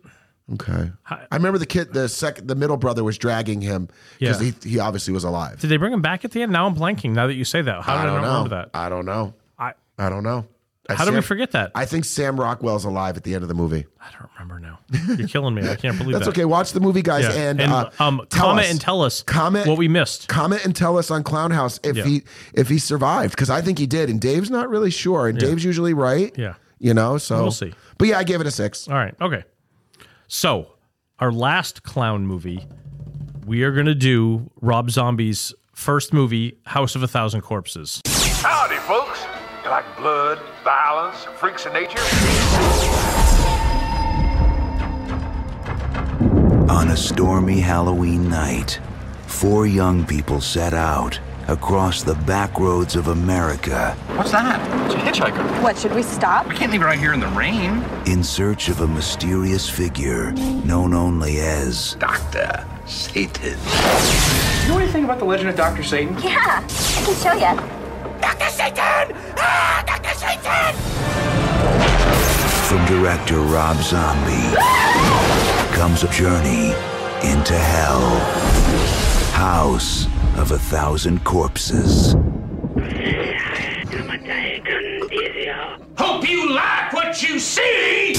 S1: Okay.
S2: Hi-
S1: I remember the kid, the second, the middle brother was dragging him because
S2: Yeah.
S1: he, he obviously was alive.
S2: Did they bring him back at the end? Now I'm blanking. Now that you say that, how did I, not
S1: know.
S2: remember that?
S1: I don't know.
S2: I-
S1: I don't know. I
S2: How did we
S1: Sam-
S2: forget that? I,
S1: I think Sam Rockwell's alive at the end of the movie.
S2: don't remember now. You're killing me. I can't believe
S1: That's
S2: that.
S1: okay. Watch the movie, guys,
S2: Yeah.
S1: and,
S2: And,
S1: uh,
S2: um,
S1: tell
S2: comment
S1: us.
S2: and tell us
S1: comment
S2: what we missed.
S1: comment and tell us on Clown House if
S2: Yeah.
S1: he if he survived because I think he did, and Dave's not really sure, and Dave's usually right.
S2: Yeah.
S1: you know, so
S2: We'll see.
S1: But yeah, I gave it a six.
S2: All right. Okay. So our last clown movie, we are going to do Rob Zombie's first movie, House of a Thousand Corpses.
S5: Howdy, folks. You like blood, violence, freaks of nature?
S8: On a stormy Halloween night, four young people set out across the back roads of America
S9: What's that? It's a hitchhiker.
S10: What, should we stop?
S9: We can't leave her out here in the rain.
S8: in search of a mysterious figure known only as
S3: Doctor Satan.
S9: You know anything about the legend of Dr. Satan?
S10: Yeah, I can show you.
S3: Doctor Satan! Ah, Doctor Satan!
S8: from director Rob Zombie comes a journey into hell. House of a Thousand Corpses.
S5: Hope you like what you see!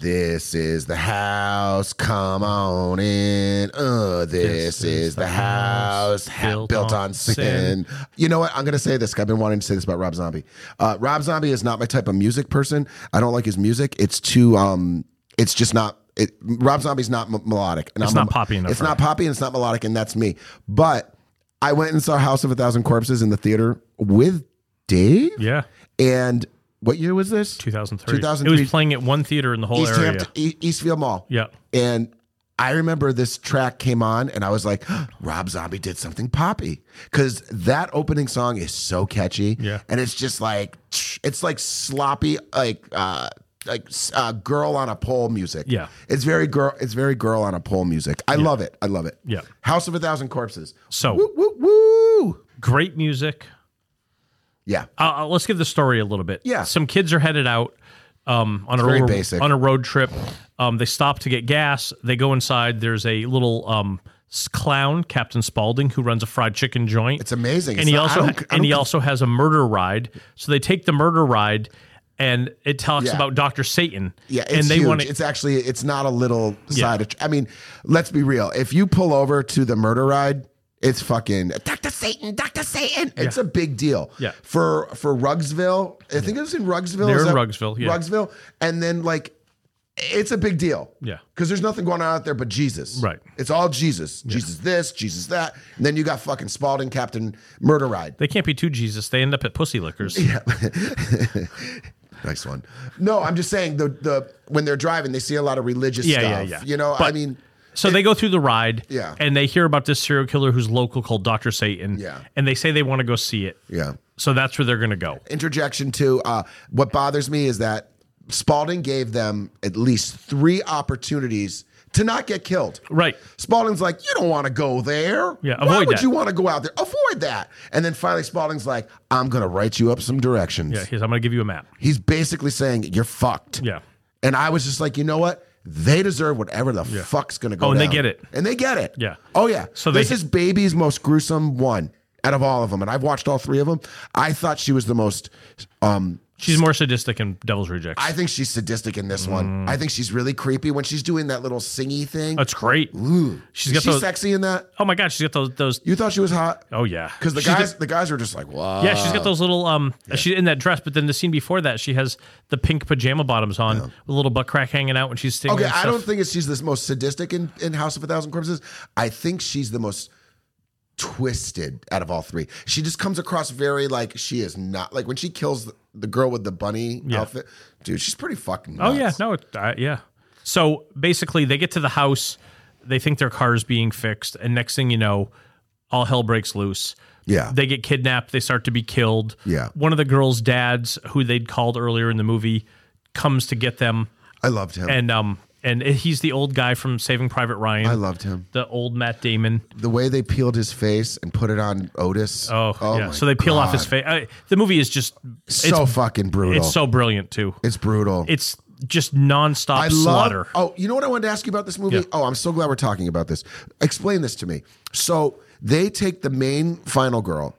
S1: This is the house. Come on in. Uh, this, is, the, house ha- built, on sin. You know what? I'm gonna say this. I've been wanting to say this about Rob Zombie. Uh, Rob Zombie is not my type of music person. I don't like his music. It's too. Um, it's just not. It, Rob Zombie's not m- melodic. And
S2: It's not poppy enough
S1: It's
S2: for
S1: not poppy and it's not melodic, and that's me. But I went and saw House of a Thousand Corpses in the theater with Dave.
S2: Yeah.
S1: And what year was this?
S2: 2003.
S1: 2003.
S2: It was playing at one theater in the whole
S1: East
S2: area.
S1: Hampton, E- Eastfield Mall.
S2: Yeah.
S1: And I remember this track came on and I was like, Rob Zombie did something poppy. Cause that opening song is so catchy.
S2: Yeah.
S1: And it's just like, it's like sloppy, like, uh, like uh, girl on a pole music.
S2: Yeah.
S1: it's very girl. It's very girl on a pole music. I love it. I love it.
S2: Yeah.
S1: House of a Thousand Corpses.
S2: So-
S1: woo, woo, woo.
S2: Great music.
S1: Yeah,
S2: uh, uh, let's give the story a little bit.
S1: Yeah.
S2: some kids are headed out um, on a
S1: very
S2: road,
S1: basic.
S2: on a road trip. Um, they stop to get gas. They go inside. There's a little um, s- clown, Captain Spaulding, who runs a fried chicken joint.
S1: it's amazing. It's
S2: and he
S1: not- I
S2: also
S1: don't- I
S2: and he
S1: don't-
S2: also has a murder ride. So they take the murder ride, and it talks
S1: Yeah.
S2: about Doctor Satan.
S1: Yeah, it's
S2: and they
S1: huge.
S2: want
S1: it's actually it's not a little side. Of, I mean, let's be real. If you pull over to the murder ride, it's fucking Doctor Satan, Doctor Satan. It's a big deal.
S2: Yeah.
S1: For for Rugsville, I think it was in Rugsville.
S2: They're
S1: is that-
S2: in Ruggsville, yeah.
S1: Ruggsville, and then like. It's a big deal.
S2: Yeah.
S1: Because there's nothing going on out there but Jesus.
S2: Right.
S1: It's all Jesus. Jesus this, Jesus that. And then you got fucking Spalding Captain Murder Ride.
S2: They can't be too Jesus. They end up at Pussy Lickers.
S1: Nice one. No, I'm just saying the the when they're driving, they see a lot of religious
S2: Yeah, yeah,
S1: stuff.
S2: yeah.
S1: You know, I
S2: But-
S1: mean,
S2: So they go through the ride,
S1: Yeah.
S2: and they hear about this serial killer who's local called Doctor Satan,
S1: Yeah.
S2: and they say they want to go see it.
S1: yeah.
S2: So that's where they're going to go.
S1: Interjection too. Uh, what bothers me is that Spalding gave them at least three opportunities to not get killed.
S2: Right.
S1: Spalding's like, you don't want to go there.
S2: Yeah,
S1: Why
S2: avoid
S1: would
S2: that."
S1: you want to go out there? Avoid that. And then finally, Spalding's like, I'm gonna write you up some directions.
S2: Yeah. Here's, I'm going to give you a map.
S1: He's basically saying you're fucked.
S2: Yeah.
S1: And I was just like, you know what? They deserve whatever the fuck's gonna go.
S2: Oh, and they
S1: down.
S2: get it.
S1: And they get it.
S2: Yeah.
S1: Oh yeah.
S2: So
S1: So this
S2: they-
S1: is baby's most gruesome one. out of all of them, and I've watched all three of them. I thought she was the most. Um,
S2: She's more sadistic in Devil's Rejects.
S1: I think she's sadistic in this
S2: Mm.
S1: one. I think she's really creepy when she's doing that little singy thing.
S2: That's great.
S1: Ooh,
S2: She's got
S1: Is she
S2: those-
S1: sexy in that.
S2: Oh my god, she's got those those.
S1: You thought she was hot
S2: Oh yeah,
S1: because the
S2: She's got-
S1: guys, Uh, the guys were just like, wow.
S2: yeah, she's got those little um. She's in that dress, but then the scene before that, she has the pink pajama bottoms on, with a little butt crack hanging out when she's singing.
S1: Okay,
S2: and
S1: I
S2: stuff.
S1: don't think it's, she's the most sadistic in, in House of a Thousand Corpses. I think she's the most twisted out of all three. She just comes across very like she is not like when she kills the, the girl with the bunny
S2: Yeah.
S1: outfit. Dude, she's pretty fucking.
S2: Oh yeah,
S1: nuts.
S2: no, it, uh, yeah. So basically, they get to the house, they think their car is being fixed, and next thing you know, all hell breaks loose.
S1: yeah,
S2: They get kidnapped. They start to be killed.
S1: Yeah.
S2: One of the girls' dads, who they'd called earlier in the movie, comes to get them,
S1: I loved him.
S2: and um, and he's the old guy from Saving Private Ryan.
S1: I loved him.
S2: the old Matt Damon.
S1: The way they peeled his face and put it on Otis.
S2: Oh, yeah.
S1: my
S2: So they peel off his
S1: God.
S2: face. I, the movie is just
S1: So
S2: it's,
S1: fucking brutal.
S2: it's so brilliant too.
S1: It's brutal.
S2: It's just nonstop slaughter.
S1: Oh, you know what I wanted to ask you about this movie?
S2: Yeah.
S1: Oh, I'm so glad we're talking about this. Explain this to me. So they take the main final girl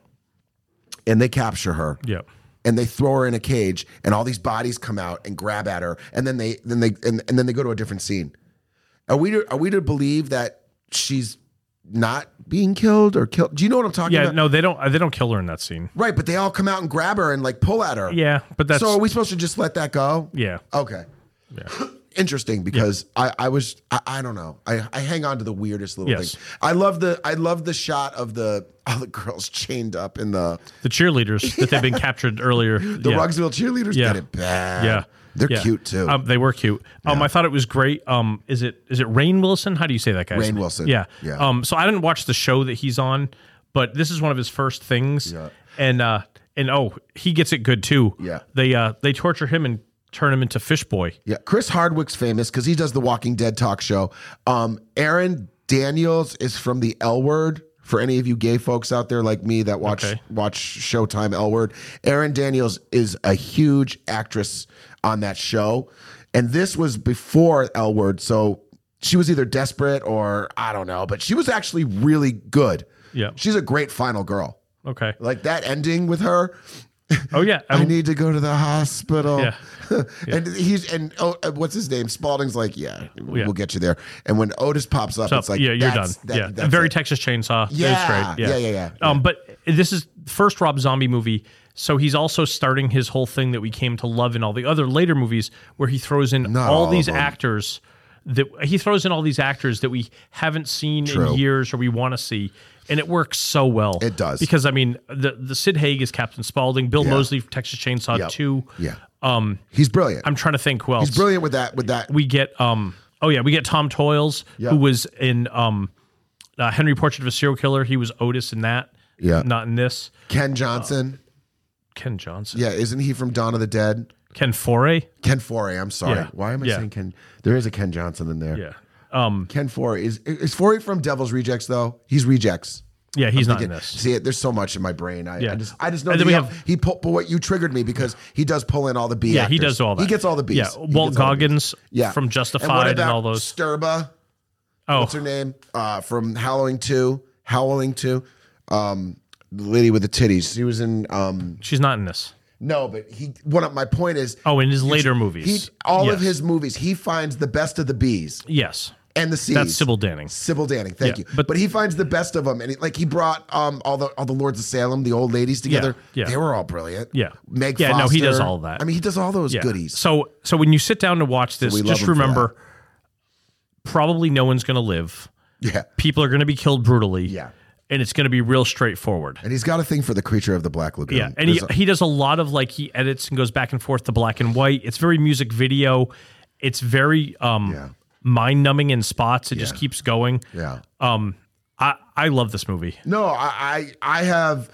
S1: and they capture her.
S2: Yeah.
S1: And they throw her in a cage and all these bodies come out and grab at her and then they then they and, and then they go to a different scene. Are we to, are we to believe that she's not being killed or killed? Do you know what I'm talking
S2: Yeah,
S1: about?
S2: no, they don't. They don't kill her in that scene.
S1: Right, but they all come out and grab her and like pull at her.
S2: Yeah, but that's
S1: so are we supposed to just let that go?
S2: yeah.
S1: Okay. Interesting because I, I was I, I don't know I, I hang on to the weirdest little
S2: Yes.
S1: thing. I love the I love the shot of the all the girls chained up in the
S2: The cheerleaders that they've been captured earlier.
S1: the
S2: yeah.
S1: Rugsville cheerleaders
S2: Yeah.
S1: get it bad.
S2: Yeah.
S1: they're
S2: Yeah.
S1: cute too.
S2: Um, they were cute. Um, I thought it was great. Um, is it is it Rain Wilson? How do you say that guy?
S1: Rainn Wilson.
S2: Yeah.
S1: Yeah.
S2: Um, so I didn't watch the show that he's on, but this is one of his first things. Yeah. And uh, and oh, he gets it good too.
S1: Yeah.
S2: They uh they torture him and turn him into fish boy.
S1: yeah, Chris Hardwick's famous because he does the Walking Dead talk show. Um, Aaron Daniels is from the L Word. For any of you gay folks out there like me that watch
S2: Okay.
S1: watch Showtime L Word, Aaron Daniels is a huge actress on that show, and this was before L Word, so she was either desperate or I don't know, but she was actually really good.
S2: Yeah.
S1: she's a great final girl.
S2: Okay.
S1: Like that ending with her,
S2: Oh yeah.
S1: I need to go to the hospital.
S2: Yeah.
S1: and he's and oh, uh, what's his name? Spalding's like, yeah,
S2: Yeah.
S1: we'll get you there. And when Otis pops up,
S2: So,
S1: it's like,
S2: yeah, you're done.
S1: that's- that-
S2: yeah,
S1: that's
S2: very
S1: it.
S2: Texas Chainsaw. It was
S1: Yeah,
S2: great.
S1: yeah, yeah, yeah,
S2: Um, but this is the first Rob Zombie movie, so he's also starting his whole thing that we came to love in all the other later movies, where he throws in
S1: Not all
S2: all
S1: of
S2: these
S1: them.
S2: actors that he throws in all these actors that we haven't seen
S1: True.
S2: in years or we want to see. And it works so well.
S1: It does.
S2: because I mean, the the Sid Haig is Captain Spaulding, Bill
S1: Yeah.
S2: Mosley Texas Chainsaw
S1: Yep.
S2: Two.
S1: Yeah,
S2: Um,
S1: he's brilliant.
S2: I'm trying to think who else
S1: he's brilliant with that. With that,
S2: we get um oh yeah we get tom toyles
S1: Yeah.
S2: who was in um uh, henry portrait of a serial killer he was otis in that
S1: Yeah.
S2: not in this
S1: Ken Johnson.
S2: ken johnson
S1: yeah, isn't he from Dawn of the Dead?
S2: ken foray
S1: Ken Forey. I'm sorry.
S2: Yeah.
S1: Why am I
S2: Yeah.
S1: saying Ken? There is a Ken Johnson in there.
S2: yeah um
S1: Ken Forey is is Forey from Devil's Rejects though? He's Rejects.
S2: yeah he's
S1: I'm
S2: not in
S1: thinking-
S2: this
S1: See, there's so much in my brain. I,
S2: Yeah.
S1: I just, I just know.
S2: And
S1: that
S2: then
S1: he,
S2: we
S1: have,
S2: have-
S1: he pull, but what you triggered me because he does pull in all the B.
S2: yeah he
S1: actors.
S2: does all that
S1: He gets all the B's.
S2: yeah
S1: He
S2: walt
S1: gets all the Bs.
S2: goggins
S1: Yeah,
S2: from
S1: what
S2: justified and,
S1: about
S2: all those
S1: Sturba,
S2: oh
S1: what's her name? Uh, from Howling Two, Howling Two, um, the lady with the titties. She was in. Um,
S2: she's not in this
S1: no, but he. One of my point is.
S2: oh in his
S1: he-
S2: later
S1: He,
S2: movies
S1: all of
S2: Yes.
S1: his movies, he finds the best of the B's
S2: yes
S1: and the C's.
S2: that's sybil danning
S1: Sybil Danning, thank
S2: Yeah,
S1: you. But,
S2: but-
S1: he finds the best of them, and he, like he brought um all the all the lords of Salem, the old ladies together.
S2: yeah.
S1: They were all brilliant.
S2: Yeah.
S1: Meg.
S2: Yeah, no, he does
S1: Foster.
S2: all that.
S1: I mean, he does all those
S2: Yeah.
S1: goodies.
S2: So so when you sit down to watch this,
S1: we love
S2: just
S1: him for
S2: remember probably no one's gonna live.
S1: yeah,
S2: People are gonna be killed brutally.
S1: Yeah.
S2: And it's gonna be real straightforward.
S1: and he's got a thing for the creature of the black lagoon.
S2: Yeah. And he,
S1: There's a-
S2: he does a lot of like he edits and goes back and forth to black and white. It's very music video. It's very um
S1: Yeah.
S2: mind numbing in spots. It just keeps going.
S1: yeah.
S2: Um I, I love this movie.
S1: No, I, I I have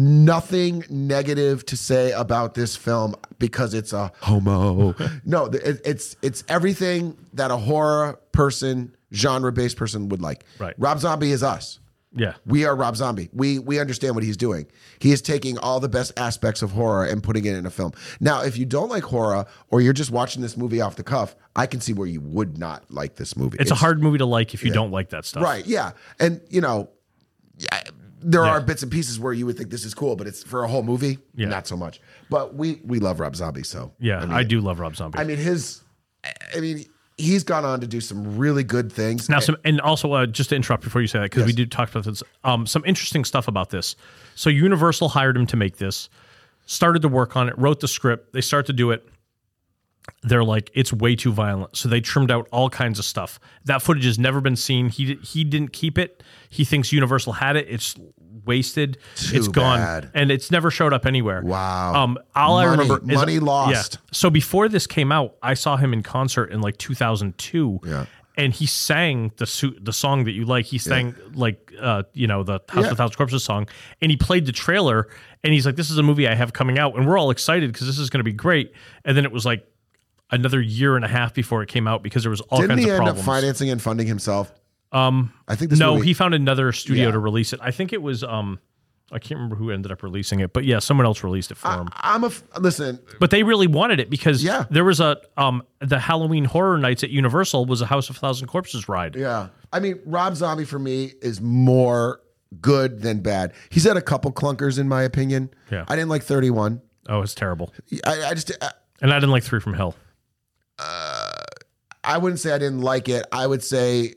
S1: nothing negative to say about this film because it's a homo. no, th- it, it's it's everything that a horror person, genre based person would like.
S2: Right.
S1: Rob Zombie is us.
S2: Yeah.
S1: We are Rob Zombie. We we understand what he's doing. He is taking all the best aspects of horror and putting it in a film. Now, if you don't like horror or you're just watching this movie off the cuff, I can see where you would not like this movie.
S2: It's, a hard movie to like if you don't like that stuff.
S1: Right. Yeah. And you know, yeah, there are bits and pieces where you would think this is cool, but it's for a whole movie,
S2: Yeah.
S1: not so much. But we we love Rob Zombie, so
S2: Yeah, I,
S1: mean,
S2: do love Rob Zombie.
S1: I mean his, I mean he's gone on to do some really good things.
S2: Now, some and also uh, just to interrupt before you say that because we did talk about this. Um, some interesting stuff about this. So Universal hired him to make this, started to work on it, wrote the script. They start to do it. They're like, it's way too violent, so they trimmed out all kinds of stuff. That footage has never been seen. He di- he didn't keep it. He thinks Universal had it. It's wasted. it's gone,
S1: bad.
S2: and it's never showed up anywhere.
S1: Wow.
S2: Um, all I
S1: Money-
S2: remember is-
S1: money lost.
S2: so before this came out, I saw him in concert in like 2002.
S1: Yeah.
S2: And he sang the su- the song that you like. He sang like uh, you know the House
S1: Yeah.
S2: of Thousand Corpses song, and he played the trailer. And he's like, "This is a movie I have coming out," and we're all excited because this is going to be great. And then it was like another year and a half before it came out because there was all
S1: Didn't
S2: kinds
S1: he
S2: of
S1: end
S2: problems.
S1: up financing and funding himself? Um, I think this
S2: no,
S1: movie-
S2: he found another studio
S1: Yeah.
S2: to release it. I think it was um, I can't remember who ended up releasing it, but yeah, someone else released it for him.
S1: I'm a f- listen.
S2: But they really wanted it because
S1: Yeah.
S2: there was a um the Halloween Horror Nights at Universal was a House of Thousand Corpses ride.
S1: Yeah. I mean, Rob Zombie for me is more good than bad. He's had a couple clunkers, in my opinion.
S2: Yeah.
S1: I didn't like 31.
S2: Oh, it's terrible.
S1: I, I just, I,
S2: And I didn't like Three from Hell.
S1: I wouldn't say I didn't like it. I would say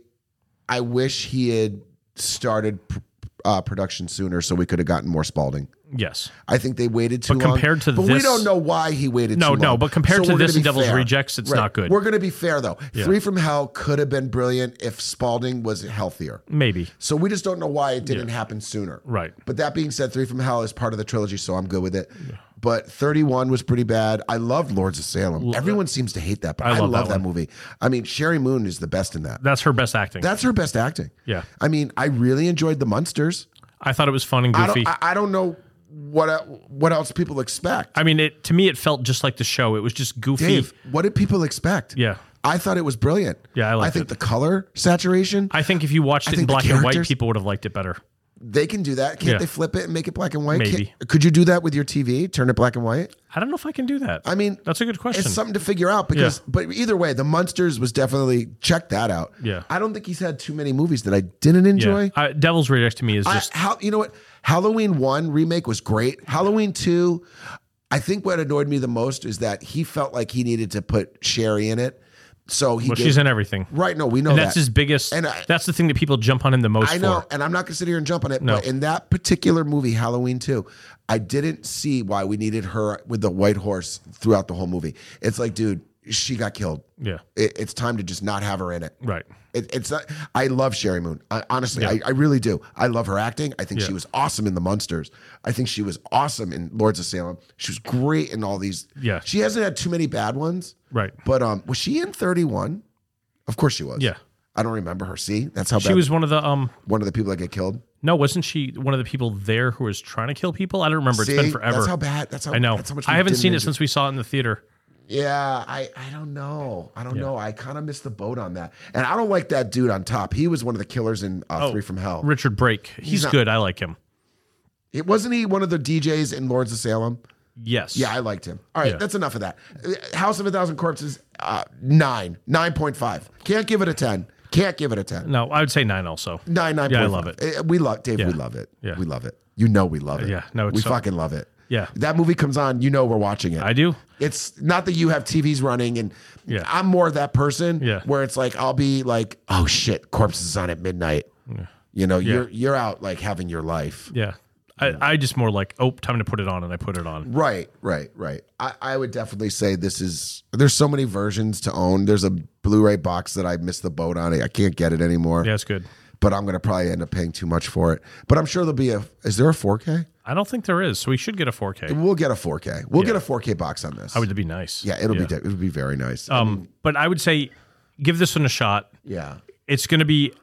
S1: I wish he had started pr- uh, production sooner so we could have gotten more Spalding.
S2: Yes.
S1: I think they waited too
S2: But
S1: long.
S2: compared to
S1: but we
S2: this-
S1: don't know why he waited.
S2: No,
S1: too
S2: no,
S1: long.
S2: but compared to
S1: we're gonna
S2: this and
S1: be
S2: Devil's Rejects, it's not good.
S1: We're going to be fair though.
S2: Yeah.
S1: Three from Hell could have been brilliant if Spalding was healthier.
S2: Maybe.
S1: So we just don't know why it didn't happen sooner.
S2: Right.
S1: But that being said, Three from Hell is part of the trilogy, so I'm good with it. But 31 was pretty bad. I loved Lords of Salem. Everyone seems to hate that, but I,
S2: love
S1: love,
S2: that
S1: that, movie. I mean, Sherry Moon is the best in that.
S2: That's her best acting.
S1: That's her best acting.
S2: Yeah.
S1: I mean, I really enjoyed The Munsters.
S2: I thought it was fun and
S1: I
S2: goofy.
S1: don't,
S2: I,
S1: I, I don't know what el- what else people expect.
S2: mean it to me it felt just like the show. It was just goofy.
S1: Dave, what did people expect?
S2: Yeah.
S1: I thought it was brilliant.
S2: Yeah, I liked
S1: I think
S2: it.
S1: the color saturation,
S2: I think if you watched
S1: I
S2: it in
S1: think the
S2: black and white,
S1: characters-
S2: people would have liked it better.
S1: they can do that. Can't
S2: Yeah.
S1: they flip it and make it black and white?
S2: Maybe.
S1: Can't- could you do that with your TV? Turn it black and white?
S2: I don't know if I can do that.
S1: I mean,
S2: that's a good question.
S1: It's something to figure out because,
S2: Yeah.
S1: but either way, the Munsters was definitely check that out.
S2: Yeah.
S1: I don't think he's had too many movies that I didn't enjoy.
S2: yeah. I, Devil's Rejects to me is
S1: I-
S2: just
S1: how you know what? Halloween one remake was great. Halloween two, I think what annoyed me the most is that he felt like he needed to put Sherry in it. So he
S2: well,
S1: gave-
S2: she's in everything.
S1: right. No, we know
S2: And that's
S1: that.
S2: his biggest
S1: And I-
S2: that's the thing that people jump on him the most
S1: I know,
S2: for.
S1: and I'm not gonna sit here and jump on it,
S2: No.
S1: but in that particular movie, Halloween 2, I didn't see why we needed her with the white horse throughout the whole movie. It's like, dude, she got killed.
S2: Yeah.
S1: It, it's time to just not have her in it.
S2: Right.
S1: It, it's not, I love Sherry Moon. I, honestly, I, I really do. I love her acting. I think
S2: Yeah.
S1: she was awesome in The Munsters. I think she was awesome in Lords of Salem. She was great in all these.
S2: Yeah.
S1: She hasn't had too many bad ones.
S2: Right.
S1: But um, was she in 31? Of course she was.
S2: Yeah.
S1: I don't remember her. See, that's how
S2: She
S1: bad
S2: was one of the um
S1: one of the people that get killed.
S2: No, wasn't she one of the people there who was trying to kill people? I don't remember. it's
S1: See?
S2: been forever.
S1: That's how bad. That's how
S2: I know.
S1: That's how much
S2: I
S1: we
S2: haven't
S1: didn't
S2: seen it
S1: enjoy-
S2: since we saw it in the theater.
S1: Yeah, I, I don't know. I don't know. I kind of missed the boat on that. And I don't like that dude on top. He was one of the killers in uh,
S2: Oh.
S1: Three from Hell.
S2: Richard Brake. He's,
S1: not-
S2: good. I like him.
S1: It wasn't he one of the DJs in Lords of Salem?
S2: Yes.
S1: Yeah, I liked him. All right,
S2: Yeah.
S1: that's enough of that. Uh, House of a Thousand Corpses, uh, nine, nine point five. Can't give it a ten. Can't give it a ten.
S2: no, I would say nine also.
S1: Nine, nine.
S2: Yeah, I love it.
S1: Uh, We love Dave.
S2: Yeah.
S1: We love it.
S2: Yeah.
S1: we love it. You know, we love it.
S2: Yeah, no, it's
S1: we
S2: so-
S1: fucking love it.
S2: Yeah.
S1: that movie comes on. You know, we're watching it.
S2: I do.
S1: It's not that you have TVs running, and
S2: Yeah.
S1: I'm more that person.
S2: Yeah.
S1: where it's like I'll be like, oh shit, corpses on at midnight. You know, you're you're out like having your life.
S2: Yeah. I, I just more like, oh, time to put it on, and I put it on.
S1: Right, right, right. I, I would definitely say this is. There's so many versions to own. There's a Blu-ray box that I missed the boat on. I can't get it anymore.
S2: Yeah, it's good.
S1: But I'm gonna probably end up paying too much for it. But I'm sure there'll be a. Is there a 4K?
S2: I don't think there is, so we should get a 4K.
S1: We'll get a 4K. We'll get
S2: Yeah.
S1: a 4K box on this.
S2: I would be nice.
S1: yeah, it'll be. It'll be very nice.
S2: Um, but I would say, give this one a shot.
S1: yeah.
S2: It's going to be.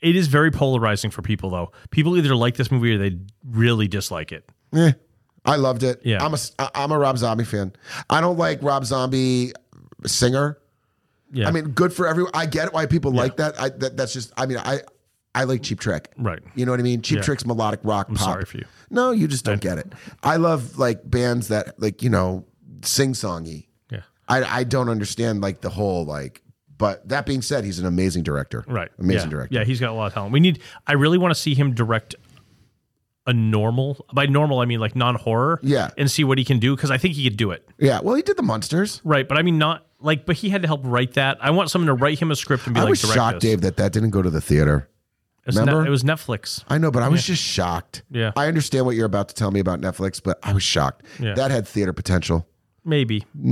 S2: It is very polarizing for people, though. People either like this movie or they really dislike it.
S1: Eh, I loved it.
S2: Yeah.
S1: I'm a. s- I- I'm a Rob Zombie fan. I don't like Rob Zombie singer.
S2: Yeah.
S1: I mean, good for everyone. I get why people like that. I that, that's just. I mean, I I like Cheap Trick.
S2: Right.
S1: You know what I mean? Cheap
S2: Yeah.
S1: Trick's melodic rock pop.
S2: sorry for you.
S1: No, you just don't get it. I love like bands that like you know sing songy.
S2: Yeah.
S1: I I don't understand like the whole like. But that being said, he's an amazing director.
S2: Right.
S1: Amazing
S2: yeah.
S1: director.
S2: Yeah, he's got a lot of talent. We need I really want to see him direct a normal by normal I mean like non horror.
S1: Yeah.
S2: And see what he can do because I think he could do it.
S1: Yeah. Well, he did the monsters.
S2: Right. But I mean not like but he had to help write that. I want someone to write him a script and be
S1: I
S2: like
S1: was
S2: direct
S1: shocked,
S2: this.
S1: Dave, that that didn't go to the theater.
S2: It was, ne-
S1: remember?
S2: it was Netflix.
S1: I know, but I was just shocked.
S2: Yeah.
S1: I understand what you're about to tell me about Netflix, but I was shocked.
S2: Yeah.
S1: That had theater potential.
S2: Maybe.
S1: I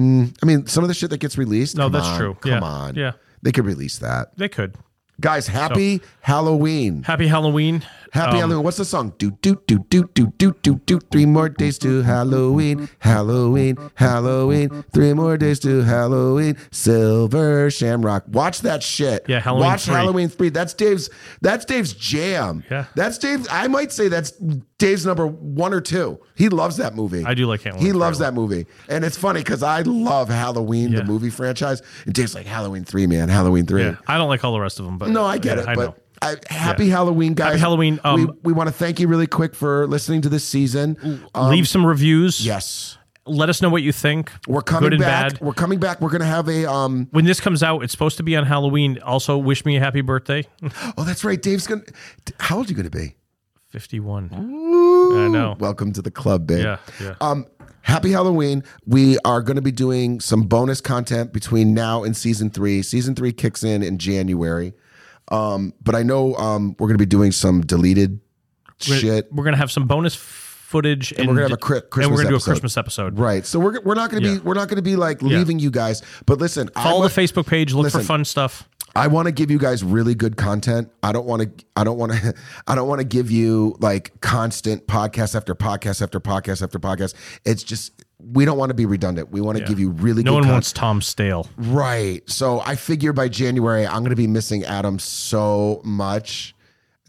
S1: mean, some of the shit that gets released.
S2: No,
S1: come
S2: that's
S1: on,
S2: true.
S1: Come
S2: Yeah.
S1: on.
S2: Yeah.
S1: They could release that.
S2: They could.
S1: Guys, happy Halloween.
S2: Happy Halloween.
S1: Happy
S2: Um,
S1: Halloween. What's the song? Do do do do do do do do. Three more days to Halloween. Halloween. Halloween. Three more days to Halloween. Silver Shamrock. Watch that shit.
S2: Yeah, Halloween
S1: Watch
S2: three.
S1: Halloween three. That's Dave's. That's Dave's jam.
S2: Yeah.
S1: That's Dave. I might say that's Dave's number one or two. He loves that movie.
S2: I do like Halloween
S1: He
S2: three a
S1: loves
S2: lot.
S1: that movie, and it's funny because I love Halloween
S2: Yeah.
S1: the movie franchise. And Dave's like Halloween three, man. Halloween three.
S2: Yeah. I don't like all the rest of them, but
S1: No, I get
S2: yeah,
S1: it.
S2: I know.
S1: but I, happy Halloween, guys.
S2: Halloween. Um,
S1: we we want to thank you really quick for listening to this season. Um,
S2: Leave some reviews.
S1: yes,
S2: Let us know what you think.
S1: we're coming
S2: Good and
S1: back.
S2: bad.
S1: We're coming back. We're gonna have a um.
S2: When this comes out, it's supposed to be on Halloween. Also, wish me a happy birthday.
S1: Oh, that's right. Dave's gonna. How old are you gonna be?
S2: 51. I know.
S1: Welcome to the club, babe.
S2: yeah. Yeah.
S1: Um, happy Halloween. We are going to be doing some bonus content between now and season three. Season three kicks in in January. Um, but I know um, we're going to be doing some deleted
S2: We're-
S1: shit.
S2: We're gonna have some bonus footage, and,
S1: we're gonna have a cri-
S2: and
S1: Christmas
S2: we're gonna do a
S1: episode.
S2: Christmas episode.
S1: Right. So we're, we're not going to
S2: Yeah.
S1: be we're not going to be like leaving you guys. But listen,
S2: Follow
S1: I, wa-
S2: the Facebook page. Look for
S1: Listen.
S2: fun stuff.
S1: I want to give you guys really good content. I don't want to I don't want to I don't want to give you like constant podcast after podcast after podcast after podcast. It's just we don't want to be redundant. We want to give you really
S2: No
S1: good
S2: one
S1: content.
S2: wants Tom Stale.
S1: Right. So I figure by January I'm going to be missing Adam so much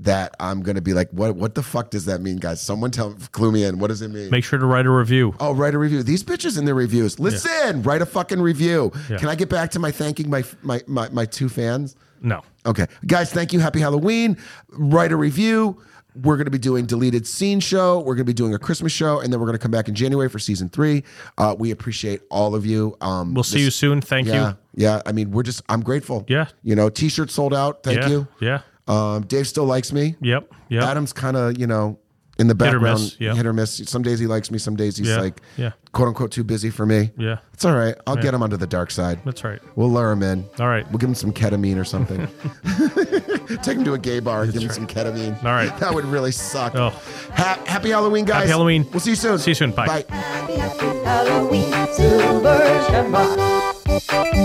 S1: that I'm going to be like, what? What the fuck does that mean, guys? Someone tell, clue me in. What does it mean?
S2: Make sure to write a review.
S1: oh, write a review. These bitches in their reviews. Listen, write a fucking review. Can I get back to my thanking my my my, my two fans?
S2: No.
S1: Okay, guys, thank you. Happy Halloween. Write a review. We're going to be doing deleted scene show. We're going to be doing a Christmas show, and then we're going to come back in January for season three. Uh, we appreciate all of you. Um,
S2: We'll see you soon. Thank
S1: yeah,
S2: you.
S1: yeah. I mean, we're just I'm grateful.
S2: Yeah.
S1: you know, t-shirts sold out. Thank
S2: yeah.
S1: you.
S2: Yeah.
S1: Um, Dave still likes me.
S2: Yep. Yep.
S1: Adam's kind of you know in the
S2: Hit or
S1: background,
S2: miss, yeah.
S1: hit or miss. Some days he likes me. Some days he's
S2: Yeah,
S1: like,
S2: yeah.
S1: quote unquote, too busy for me.
S2: Yeah.
S1: it's all right. I'll get him onto the dark side.
S2: That's right.
S1: We'll lure him in.
S2: All right.
S1: We'll give him some ketamine or something. Take him to a gay bar and give him some ketamine.
S2: All right.
S1: That would really suck.
S2: Oh.
S1: Ha- happy Halloween, guys.
S2: Halloween.
S1: We'll see you soon.
S2: See you soon. Bye.
S1: Bye.
S10: Happy, happy Halloween, Silver Shamrock.